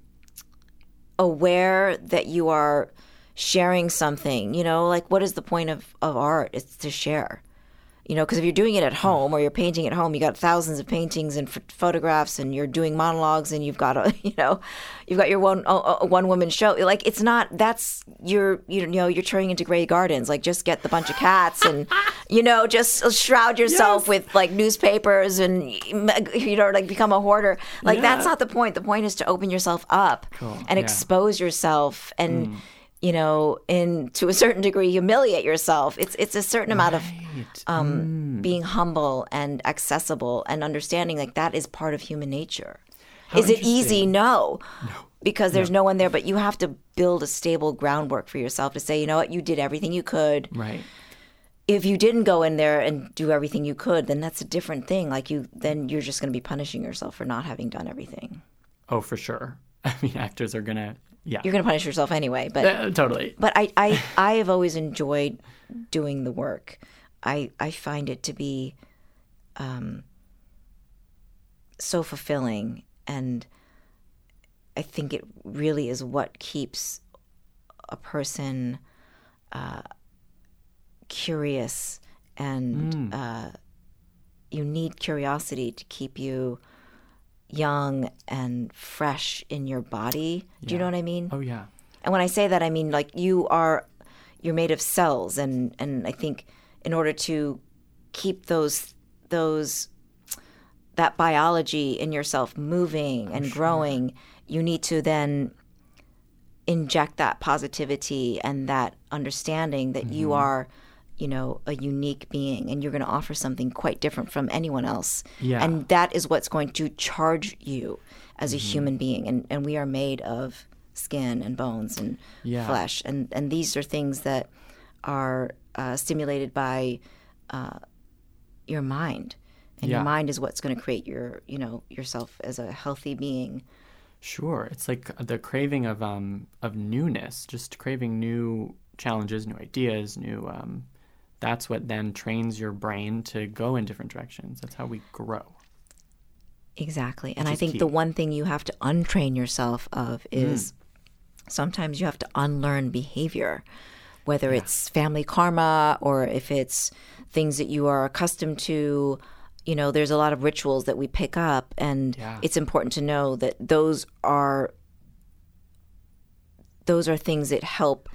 aware that you are sharing something. You know, like what is the point of of art? It's to share. You know, because if you're doing it at Hmm. home or you're painting at home, you got thousands of paintings and ph photographs, and you're doing monologues, and you've got a, you know, you've got your one one woman show. Like it's not that's you're you know you're turning into Grey Gardens. Like just get the bunch of cats and you know just shroud yourself with like newspapers and you know like become a hoarder. Like that's Yeah. not the point. The point is to open yourself up and yeah. Mm. expose yourself and. You know, and to a certain degree, humiliate yourself. It's it's a certain amount of um, being humble and accessible and understanding like that is part of human nature. is it easy? No. Because there's no one there, but you have to build a stable groundwork for yourself to say, you know what, you did everything you could. right. If you didn't go in there and do everything you could, then that's a different thing. Like you, then you're just going to be punishing yourself for not having done everything. Oh, for sure. I mean, actors are going to, yeah. You're going to punish yourself anyway. But Uh, totally. but I, I I have always enjoyed doing the work. I I find it to be um, so fulfilling, and I think it really is what keeps a person uh, curious, and uh, you need curiosity to keep you young and fresh in your body. Do you know what I mean? Oh, yeah. And when I say that, I mean like you are, you're made of cells, and and I think in order to keep those those that biology in yourself moving and growing, you need to then inject that positivity and that understanding that you Mm-hmm. are you know a unique being and you're going to offer something quite different from anyone else Yeah. and that is what's going to charge you as a Mm-hmm. human being and, and we are made of skin and bones and Yeah. flesh and and these are things that are uh, stimulated by your mind and Yeah. your mind is what's going to create your you know yourself as a healthy being Sure, it's like the craving of um of newness, just craving new challenges, new ideas, new um. That's what then trains your brain to go in different directions. That's how we grow. Exactly. And I is think key. Mm. the one thing you have to untrain yourself of is sometimes you have to unlearn behavior, whether it's family karma or if it's things that you are accustomed to. You know, there's a lot of rituals that we pick up, and it's important to know that those are those are things that help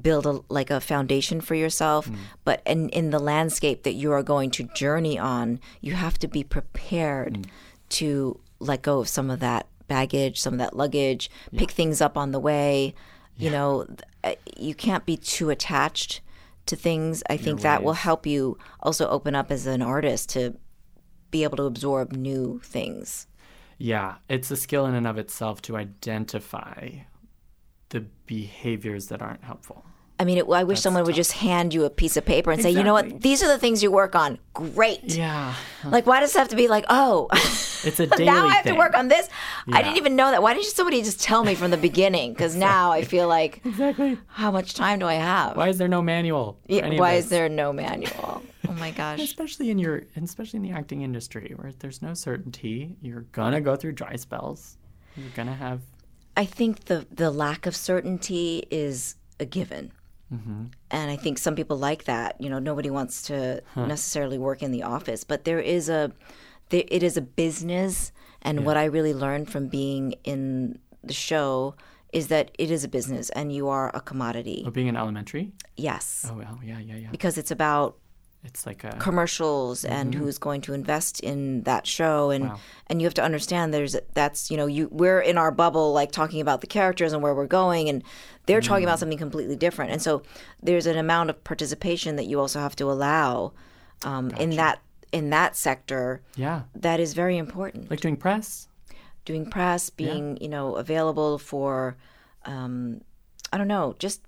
build a like a foundation for yourself but in in the landscape that you are going to journey on you have to be prepared to let go of some of that baggage some of that luggage pick things up on the way you know th- uh, you can't be too attached to things i think that will help you also open up as an artist to be able to absorb new things Yeah, it's a skill in and of itself to identify the behaviors that aren't helpful. I mean, it, I wish someone would just hand you a piece of paper and say, you know what, Exactly. these are the things you work on. Great. Yeah, Like, why does it have to be like, oh, It's a Uh-huh. daily now I have thing. to work on this. Yeah. I didn't even know that. Why didn't somebody just tell me from the beginning? Because now I feel like, Exactly. how much time do I have? Why is there no manual? for Yeah, any of why this? is there no manual? Oh my gosh. Especially in your, especially in the acting industry, where there's no certainty, you're gonna go through dry spells. You're gonna have I think the the lack of certainty is a given, and I think some people like that. You know, nobody wants to necessarily work in the office, but there is a there, it is a business, and what I really learned from being in the show is that it is a business, and you are a commodity. oh, being in elementary. Yes, Oh, wow, yeah, yeah, yeah. because it's about It's like uh, a commercials and who's going to invest in that show and and you have to understand there's that's you know you we're in our bubble like talking about the characters and where we're going and they're talking about something completely different and so there's an amount of participation that you also have to allow um, in that in that sector yeah, that is very important like doing press. doing press being you know available for um, I don't know just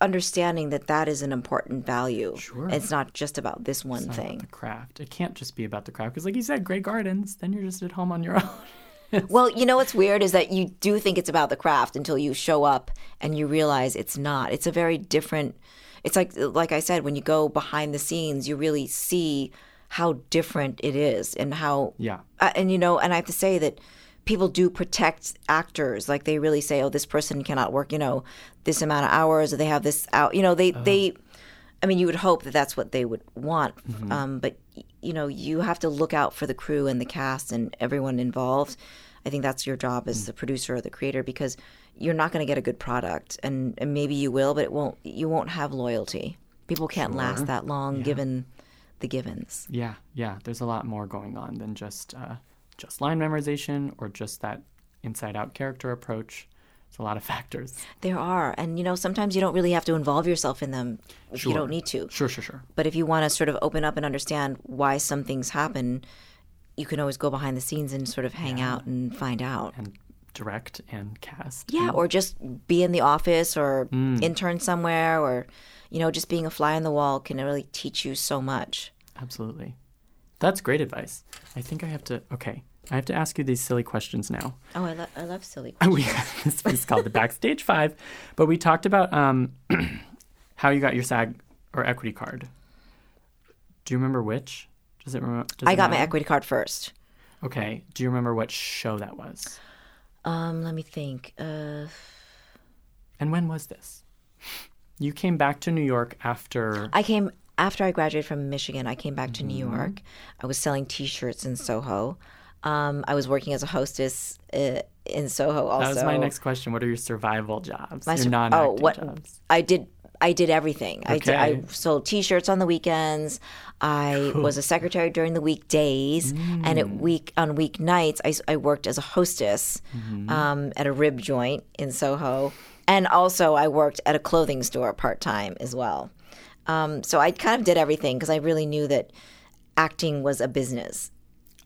understanding that that is an important value Sure. it's not just about this one Not about thing the craft. It can't just be about the craft because, like you said, Grey Gardens. Then you're just at home on your own. Well, you know what's weird is that you do think it's about the craft until you show up and you realize it's not. It's a very different. It's like like I said, when you go behind the scenes, you really see how different it is and how yeah, uh, and you know, and I have to say that people do protect actors. Like they really say, "Oh, this person cannot work," you know, this amount of hours, or they have this out. You know, they they. I mean, you would hope that that's what they would want, um, but y- you know, you have to look out for the crew and the cast and everyone involved. I think that's your job as the producer or the creator because you're not going to get a good product, and, and maybe you will, but it won't. You won't have loyalty. People can't last that long, given the givens. yeah, yeah. There's a lot more going on than just uh, just line memorization or just that inside-out character approach. It's a lot of factors. There are. And, you know, sometimes you don't really have to involve yourself in them if you Sure. don't need to. Sure, sure, sure. But if you want to sort of open up and understand why some things happen, you can always go behind the scenes and sort of hang out and find out. And direct and cast. Yeah, Mm. or just be in the office or intern somewhere or, you know, just being a fly on the wall can really teach you so much. Absolutely. That's great advice. I think I have to. Okay, I have to ask you these silly questions now. Oh, I, lo- I love silly. we this is called the backstage five but we talked about um, how you got your sag or equity card do you remember which does it remember I got my equity card first. okay do you remember what show that was Um, let me think. Uh, and when was this you came back to new york after I came after I graduated from Michigan. I came back to New Mm-hmm. York. I was selling T-shirts in Soho. Um, I was working as a hostess uh, in Soho. Also, that was my next question what are your survival jobs your sur- non-acting oh, what- jobs I did. I did everything. I, did, I Okay. sold T-shirts on the weekends. I was a secretary during the weekdays, and at week on weeknights, I, s- I worked as a hostess um, at a rib joint in Soho, and also I worked at a clothing store part time as well. Um, so I kind of did everything because I really knew that acting was a business.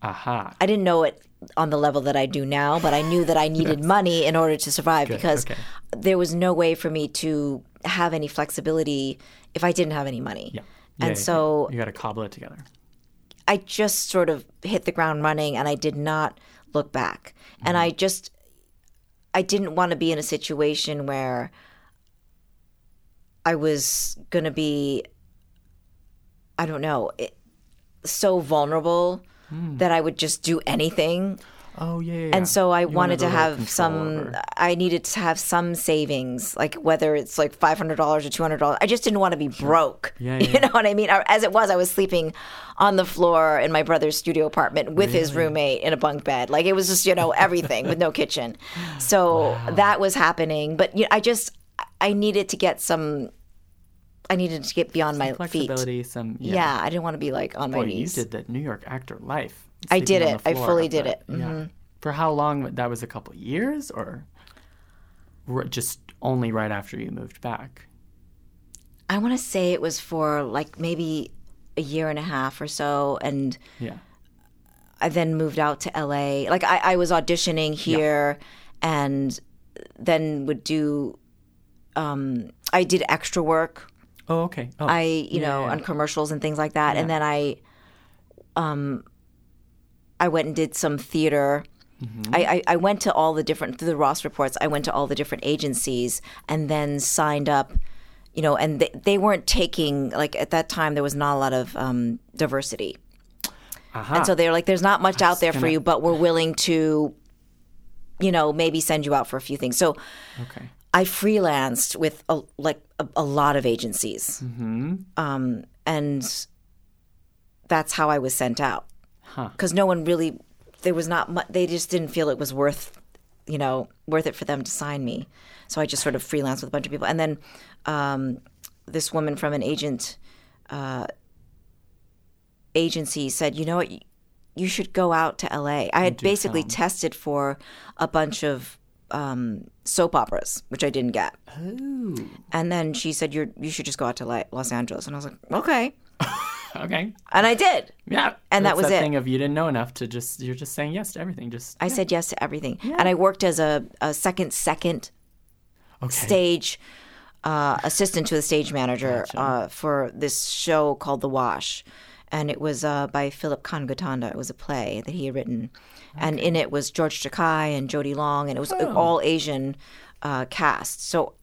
aha I didn't know it on the level that I do now, but I knew that I needed money in order to survive because okay. there was no way for me to have any flexibility if I didn't have any money. yeah Yeah, And yeah, so yeah. you got to cobble it together I just sort of hit the ground running and I did not look back. And Mm-hmm. I just I didn't want to be in a situation where I was going to be I don't know, it, so vulnerable Hmm. that I would just do anything oh yeah, yeah, yeah. and so I You wanted wanted to a little have control some. over- I needed to have some savings, like whether it's like five hundred dollars or two hundred dollars. I just didn't want to be broke. Yeah, yeah. You know what I mean? As it was, I was sleeping on the floor in my brother's studio apartment with his roommate in a bunk bed. Like it was just you know everything with no kitchen. So that was happening, but you know, I just I needed to get some. I needed to get beyond my feet. flexibility some Yeah. I didn't want to be like on my Boy, you knees. did the New York actor life. I sleeping did on it. the I floor fully of did the- it. Mm-hmm. Yeah. For how long? That was a couple years, or r- just only right after you moved back. I want to say it was for like maybe a year and a half or so, and Yeah. I then moved out to LA. Like I, I was auditioning here, and then would do. Um, I did extra work. Oh, okay. Oh, I you know on commercials and things like that, and then I, um, I went and did some theater. I, I, I went to all the different through the Ross reports. I went to all the different agencies and then signed up. You know, and they, they weren't taking like at that time there was not a lot of um, diversity, Aha. and so they're like, "There's not much out there for you, but we're willing to, you know, maybe send you out for a few things." So okay. I freelanced with a, like a, a lot of agencies, um, and that's how I was sent out because no one really there was not much. They just didn't feel it was worth you know worth it for them to sign me, so I just sort of freelanced with a bunch of people, and then um, this woman from an agent uh, agency said, you know what. You should go out to LA. I had basically tested for a bunch of um, soap operas, which I didn't get. Ooh. And then she said, "You you should just go out to like Los Angeles." And I was like, "Okay," Okay. and I did. Yeah. And that That's was that it. thing of you didn't know enough to just you're just saying yes to everything. Just I said yes to everything, and I worked as a, a second second okay. stage uh, assistant to the stage manager uh, for this show called The Wash, and it was uh, by Philip Congatanda. It was a play that he had written, and in it was George Takai and Jodie Long, and it was all Asian uh, cast. So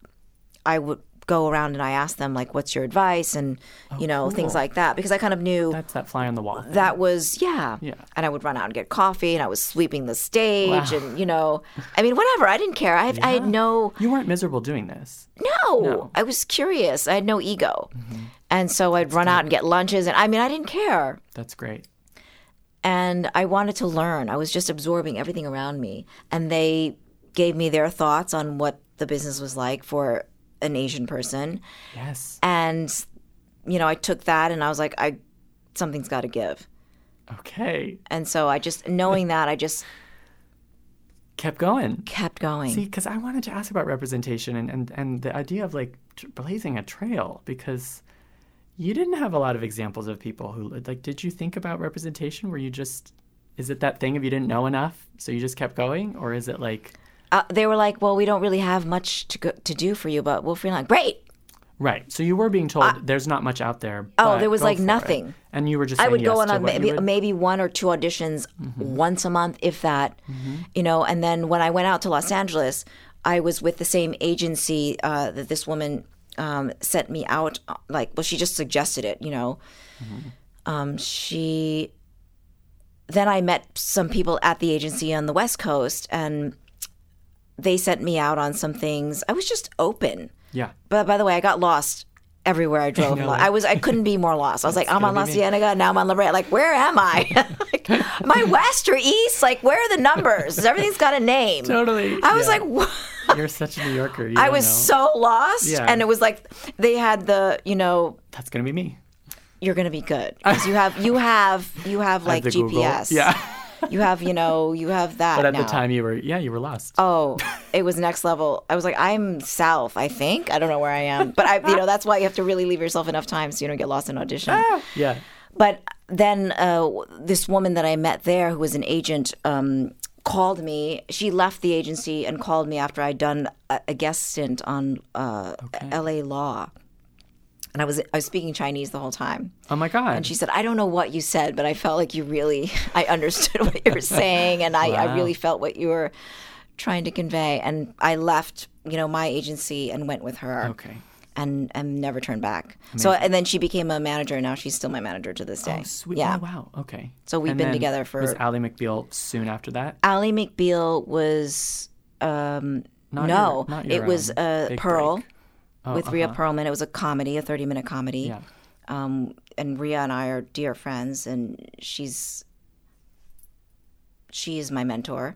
I would go around and I asked them like, "What's your advice?" and you know things like that because I kind of knew. That's that fly on the wall. thing. that was yeah. Yeah. and i would run out and get coffee and i was sweeping the stage and you know i mean whatever i didn't care i, had I had no you weren't miserable doing this. no, i was curious i had no ego and so i'd run out and get lunches and i mean i didn't care That's great. and i wanted to learn i was just absorbing everything around me and they gave me their thoughts on what the business was like for an asian person Yes. and you know i took that and i was like i something's got to give Okay. and so i just knowing that i just Kept going. kept going See, because I wanted to ask about representation and, and, and the idea of like tr- blazing a trail because you didn't have a lot of examples of people who like. Did you think about representation? Were you just is it that thing of you didn't know enough, so you just kept going, or is it like uh, they were like, "Well, we don't really have much to go- to do for you, but we'll freelance." Great. right? So you were being told there's not much out there. Oh, but there was, go like, for it." nothing. and you were just. I saying would yes go on to a, what you maybe would- Mm-hmm. maybe one or two auditions once a month, if that, you know. And then when I went out to Los Angeles, I was with the same agency uh, that this woman um, sent me out. uh, Like, well, she just suggested it, you know. Mm-hmm. Um, she then I met some people at the agency on the West Coast, and they sent me out on some things. I was just open. yeah. But by the way, I got lost everywhere I drove. know, Lo- like- I was I couldn't be more lost. I was like, I'm on La gonna be me. Cienega, now I'm on La Brea. Like, where am I? like, am I west or east? Like, where are the numbers? Everything's got a name. Totally. I was Yeah. like, what? You're such a New Yorker. You I don't was know. so lost, Yeah. and it was like they had the you know That's gonna be me. you're gonna be good 'Cause you have you have you have like the Google. GPS. Yeah. you have you know you have that. But at now. the time, you were yeah, you were lost. Oh, it was next level. I was like, I'm south, I think. I don't know where I am. But I you know, that's why you have to really leave yourself enough time so you don't get lost in audition. Yeah. But then uh, this woman that I met there, who was an agent, um, called me. She left the agency and called me after I'd done a, a guest stint on uh, L.A. Law, and I was I was speaking Chinese the whole time. Oh my God. And she said, I don't know what you said, but I felt like you really, I understood what you were saying. And I, I really felt what you were trying to convey. And I left, you know, my agency and went with her. okay. And, and never turned back. So, and then she became a manager. And now she's still my manager to this day. Sweet. Yeah. Oh, wow. Okay. So we've And been then together for- Was Ally McBeal soon after that? Ally McBeal was, um, Not no, your- not your it was own uh, big Pearl break. Oh, uh-huh. with Rhea Perlman. It was a comedy, a 30 minute comedy. Yeah. um, and Rhea and I are dear friends, and she's she is my mentor.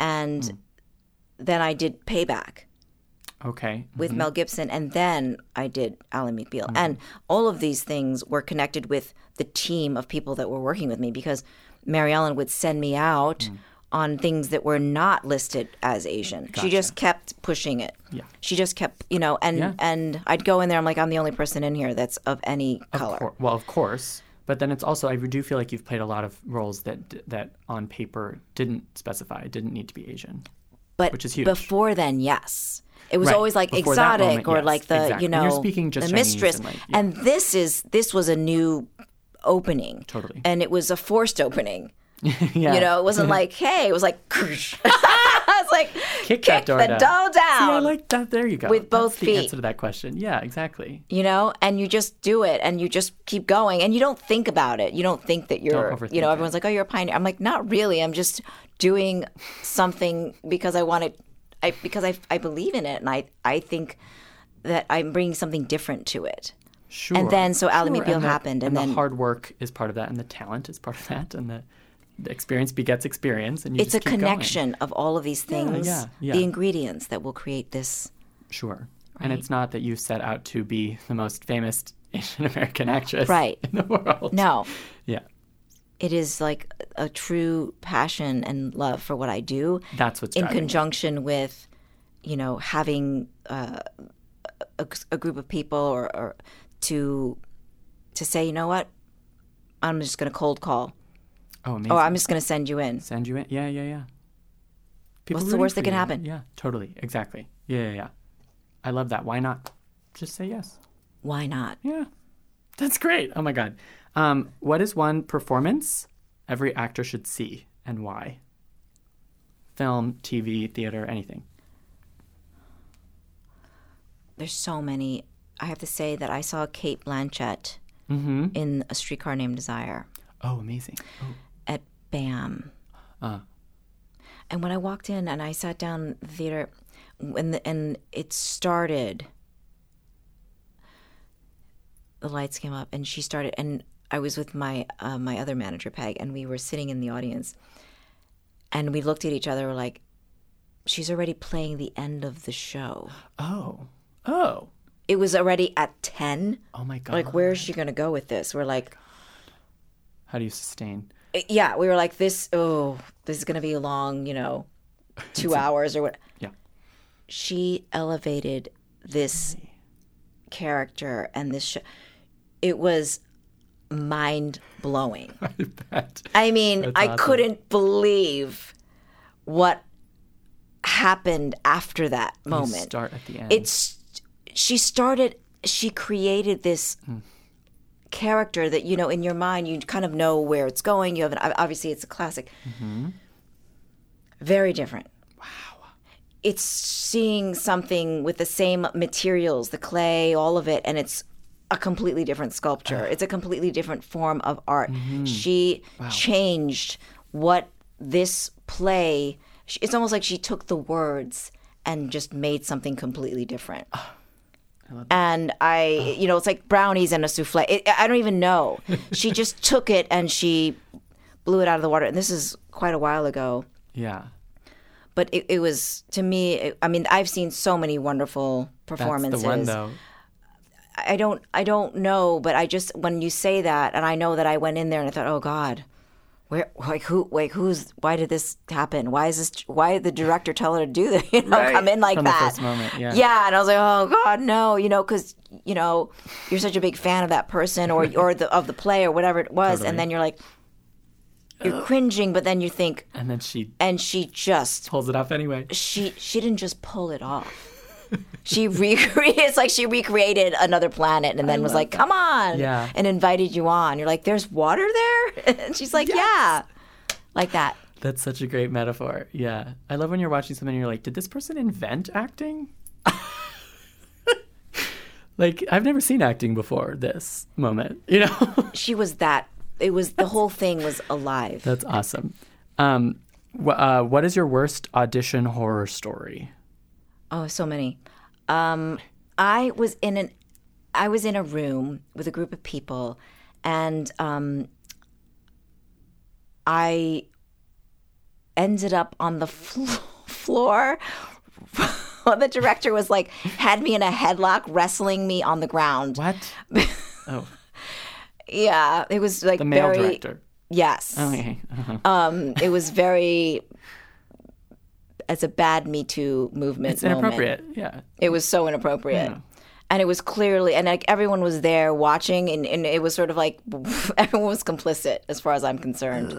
And Hmm. then I did Payback Okay. with Mel Gibson, and then I did Ally McBeal, Mm-hmm. and all of these things were connected with the team of people that were working with me because Mary Ellen would send me out. Mm. On things that were not listed as Asian, she just kept pushing it. Yeah. She just kept, you know, and Yeah. and I'd go in there. I'm like, I'm the only person in here that's of any color. Or- well, of course. But then it's also I do feel like you've played a lot of roles that that on paper didn't specify, didn't need to be Asian. but which is huge. before then, yes. It was Right. always like Before that exotic moment, or yes, like the exactly. you know When you're speaking just the Chinese mistress. and, like, yeah. and this is this was a new opening. Totally. And it was a forced opening. Yeah. You know, it wasn't like, hey, it was like, I was like, Kick kick, that door the down. dough See, down. I like that. There you go. um, With both That's the feet. answer to that question. Yeah, exactly. you know, and you just do it and you just keep going and you don't think about it. You don't think that you're, overthink you know, it. everyone's like, oh, you're a pioneer. I'm like, not really. I'm just doing something because I want it, I, because I, I believe in it and I, I think that I'm bringing something different to it. Sure. then, so sure. Alameda Beale the- happened, and the then- hard work is part of that, and the talent is part of that, and the, the experience begets experience, and you It's a just keep going. connection of all of these things, yeah, yeah. the ingredients that will create this. Sure. And it's not that you set out to be the most famous Asian American actress Right. in the world. No, Yeah. it is like a true passion and love for what I do. That's what's in driving it. conjunction with, you know, having uh, a, a group of people or, or to to say, you know what, I'm just going to cold call, Oh, amazing. or I'm just going to send you in. Send you in. Yeah, yeah, yeah. People What's the rooting worst that for can you. happen? Yeah, totally. Exactly. Yeah, yeah, yeah. I love that. Why not? Just say yes. Why not? Yeah. That's great. Oh my God. Um, what is one performance every actor should see and why? Film, TV, theater, anything. There's so many. I have to say that I saw Kate Blanchett in A Streetcar Named Desire. Oh, amazing. at BAM. And when I walked in and I sat down in the theater, when the, and it started, the lights came up and she started, and I was with my uh, my other manager Peg, and we were sitting in the audience, and we looked at each other, we're like, she's already playing the end of the show. Oh. Oh. It was already at ten. Oh my God. Like, where is she going to go with this? We're like, How do you sustain? yeah, we were like, this, oh, this is going to be a long, you know, two hours or what. Yeah. She elevated this character and this show. It was mind blowing. I bet. I mean, That's I awesome. couldn't believe what happened after that moment. Start at the end. it's she started she created this character that you know in your mind you kind of know where it's going you have an ob- obviously it's a classic very different wow it's seeing something with the same materials the clay all of it and it's a completely different sculpture it's a completely different form of art she changed what this play sh- it's almost like she took the words and just made something completely different and I, you know, it's like brownies and a souffle. It, I don't even know. She just took it and she blew it out of the water. And this is quite a while ago, yeah. but it, it was to me. It, I mean, I've seen so many wonderful That's the performances. one though. I don't, I don't know, but I just when you say that, and I know that I went in there and I thought, oh God. Where, like who? Like who's? Why did this happen? Why is this? Why did the director tell her to do that? You know, come in like From that. the first moment. Yeah. Yeah, and I was like, oh god, no, you know, because you know you're such a big fan of that person or or the, of the play or whatever it was, Totally. and then you're like, you're cringing, but then you think, And then she and she just pulls it off anyway. she she didn't just pull it off. She recreated. It's like she recreated another planet, and then was like, "Come on!" Yeah. and invited you on. You're like, "There's water there," and she's like, "Yeah," like that. That's such a great metaphor. Yeah. I love when you're watching something and you're like, did this person invent acting? like, I've never seen acting before this moment, you know? She was that. It was the whole thing was alive. That's awesome. Um, wh- uh, what is your worst audition horror story? Oh, so many. Um, I was in an, I was in a room with a group of people, and um, I ended up on the flo- floor. Well, the director was like, had me in a headlock, wrestling me on the ground. What? oh, Yeah, it was like the male very director. yes. Okay. Uh-huh. Um, it was very. It's a bad Me Too movement. It's moment. inappropriate. Yeah. It was so inappropriate. And it was clearly, and like everyone was there watching, and, and it was sort of like everyone was complicit as far as I'm concerned.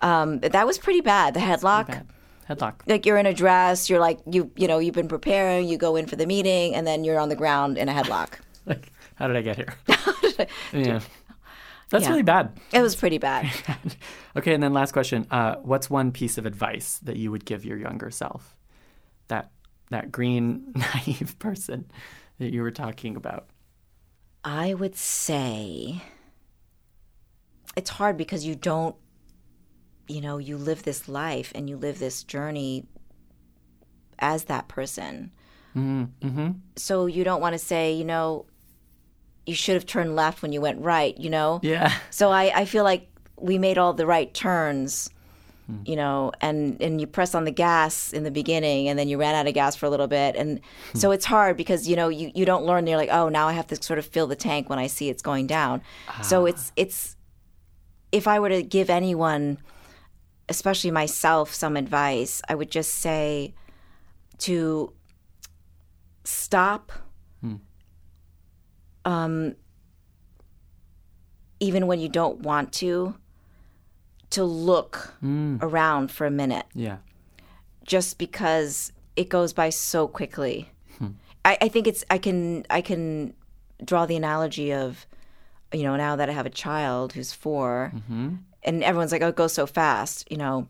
Um, but that was pretty bad. The headlock, Headlock. like you're in a dress, you're like you you know you've been preparing, you go in for the meeting, and then you're on the ground in a headlock. Like, how did I get here? yeah. That's Yeah. really bad. It was pretty bad. okay, and then last question. Uh, what's one piece of advice that you would give your younger self? That that green naive person that you were talking about. I would say it's hard because you don't, you know, you live this life and you live this journey as that person. So you don't want to say, you know, you should have turned left when you went right, you know? Yeah. So I, I feel like we made all the right turns, you know, and, and you press on the gas in the beginning and then you ran out of gas for a little bit. And so it's hard because, you know, you, you don't learn. You're like, oh, now I have to sort of fill the tank when I see it's going down. So it's, it's, if I were to give anyone, especially myself, some advice, I would just say to stop. even when you don't want to, to look around for a minute Yeah. just because it goes by so quickly. I, I think it's I can I can draw the analogy of you know now that I have a child who's 4 and everyone's like oh it goes so fast you know.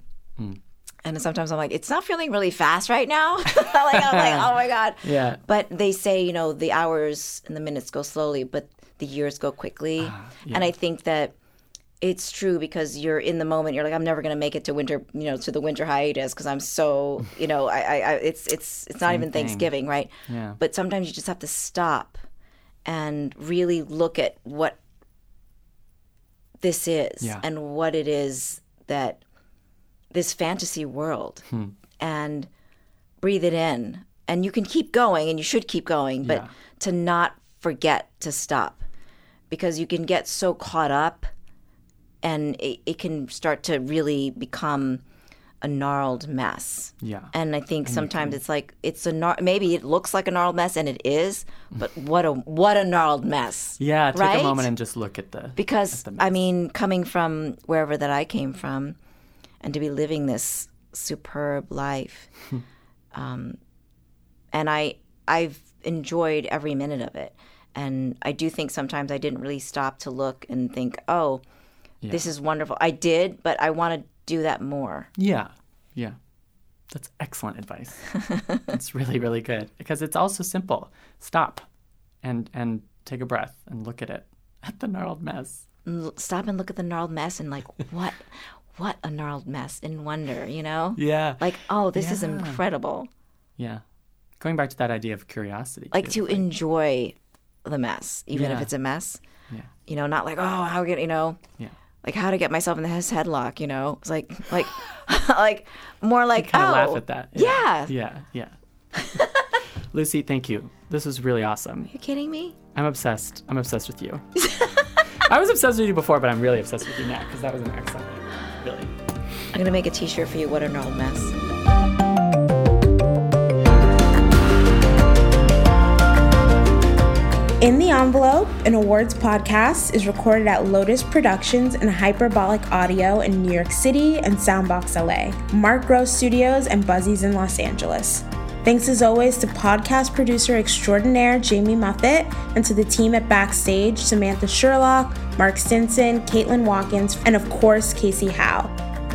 And sometimes I'm like, it's not feeling really fast right now. like I'm like, oh my god. Yeah. But they say, you know, the hours and the minutes go slowly, but the years go quickly. And I think that it's true because you're in the moment. You're like, I'm never going to make it to winter, you know, to the winter hiatus because I'm so, you know, I, I, I it's, it's, it's not even Thanksgiving, right? Yeah. But sometimes you just have to stop and really look at what this is Yeah. and what it is that this fantasy world Hmm. and breathe it in. And you can keep going and you should keep going, but Yeah. to not forget to stop because you can get so caught up and it, it can start to really become a gnarled mess. Yeah. And I think sometimes it's like it's a gnar- maybe it looks like a gnarled mess and it is, but what a what a gnarled mess. yeah. Take a right? moment and just look at the. Because I mean, coming from wherever that I came from, and to be living this superb life, um, and I I've enjoyed every minute of it, and I do think sometimes I didn't really stop to look and think, oh, this is wonderful. I did, but I want to do that more. Yeah. Yeah. That's excellent advice. it's really, really good because it's also simple. Stop and and take a breath and look at it at the gnarled mess. And l- Stop and look at the gnarled mess and like what. What a gnarled mess in wonder, you know? Yeah. Like, oh, this is Yeah. incredible. yeah. Going back to that idea of curiosity. like too. to enjoy the mess, even Yeah. if it's a mess. Yeah. You know, not like oh, how get you know, Yeah. like how to get myself in this headlock. You know, it's like like like more like kind of oh, laugh at that. Yeah. Yeah. Yeah. Lucy, thank you. This was really awesome. You kidding me? I'm obsessed. I'm obsessed with you. I was obsessed with you before, but I'm really obsessed with you now because that was an excellent, really. I'm gonna make a T-shirt for you. What an old mess. In the Envelope, an awards podcast, is recorded at Lotus Productions and Hyperbolic Audio in New York City and Soundbox LA, Mark Gross Studios, and Buzzies in Los Angeles. Thanks as always to podcast producer extraordinaire Jamie Muffett and to the team at Backstage Samantha Sherlock, Mark Stinson, Caitlin Watkins, and of course, Casey Howe.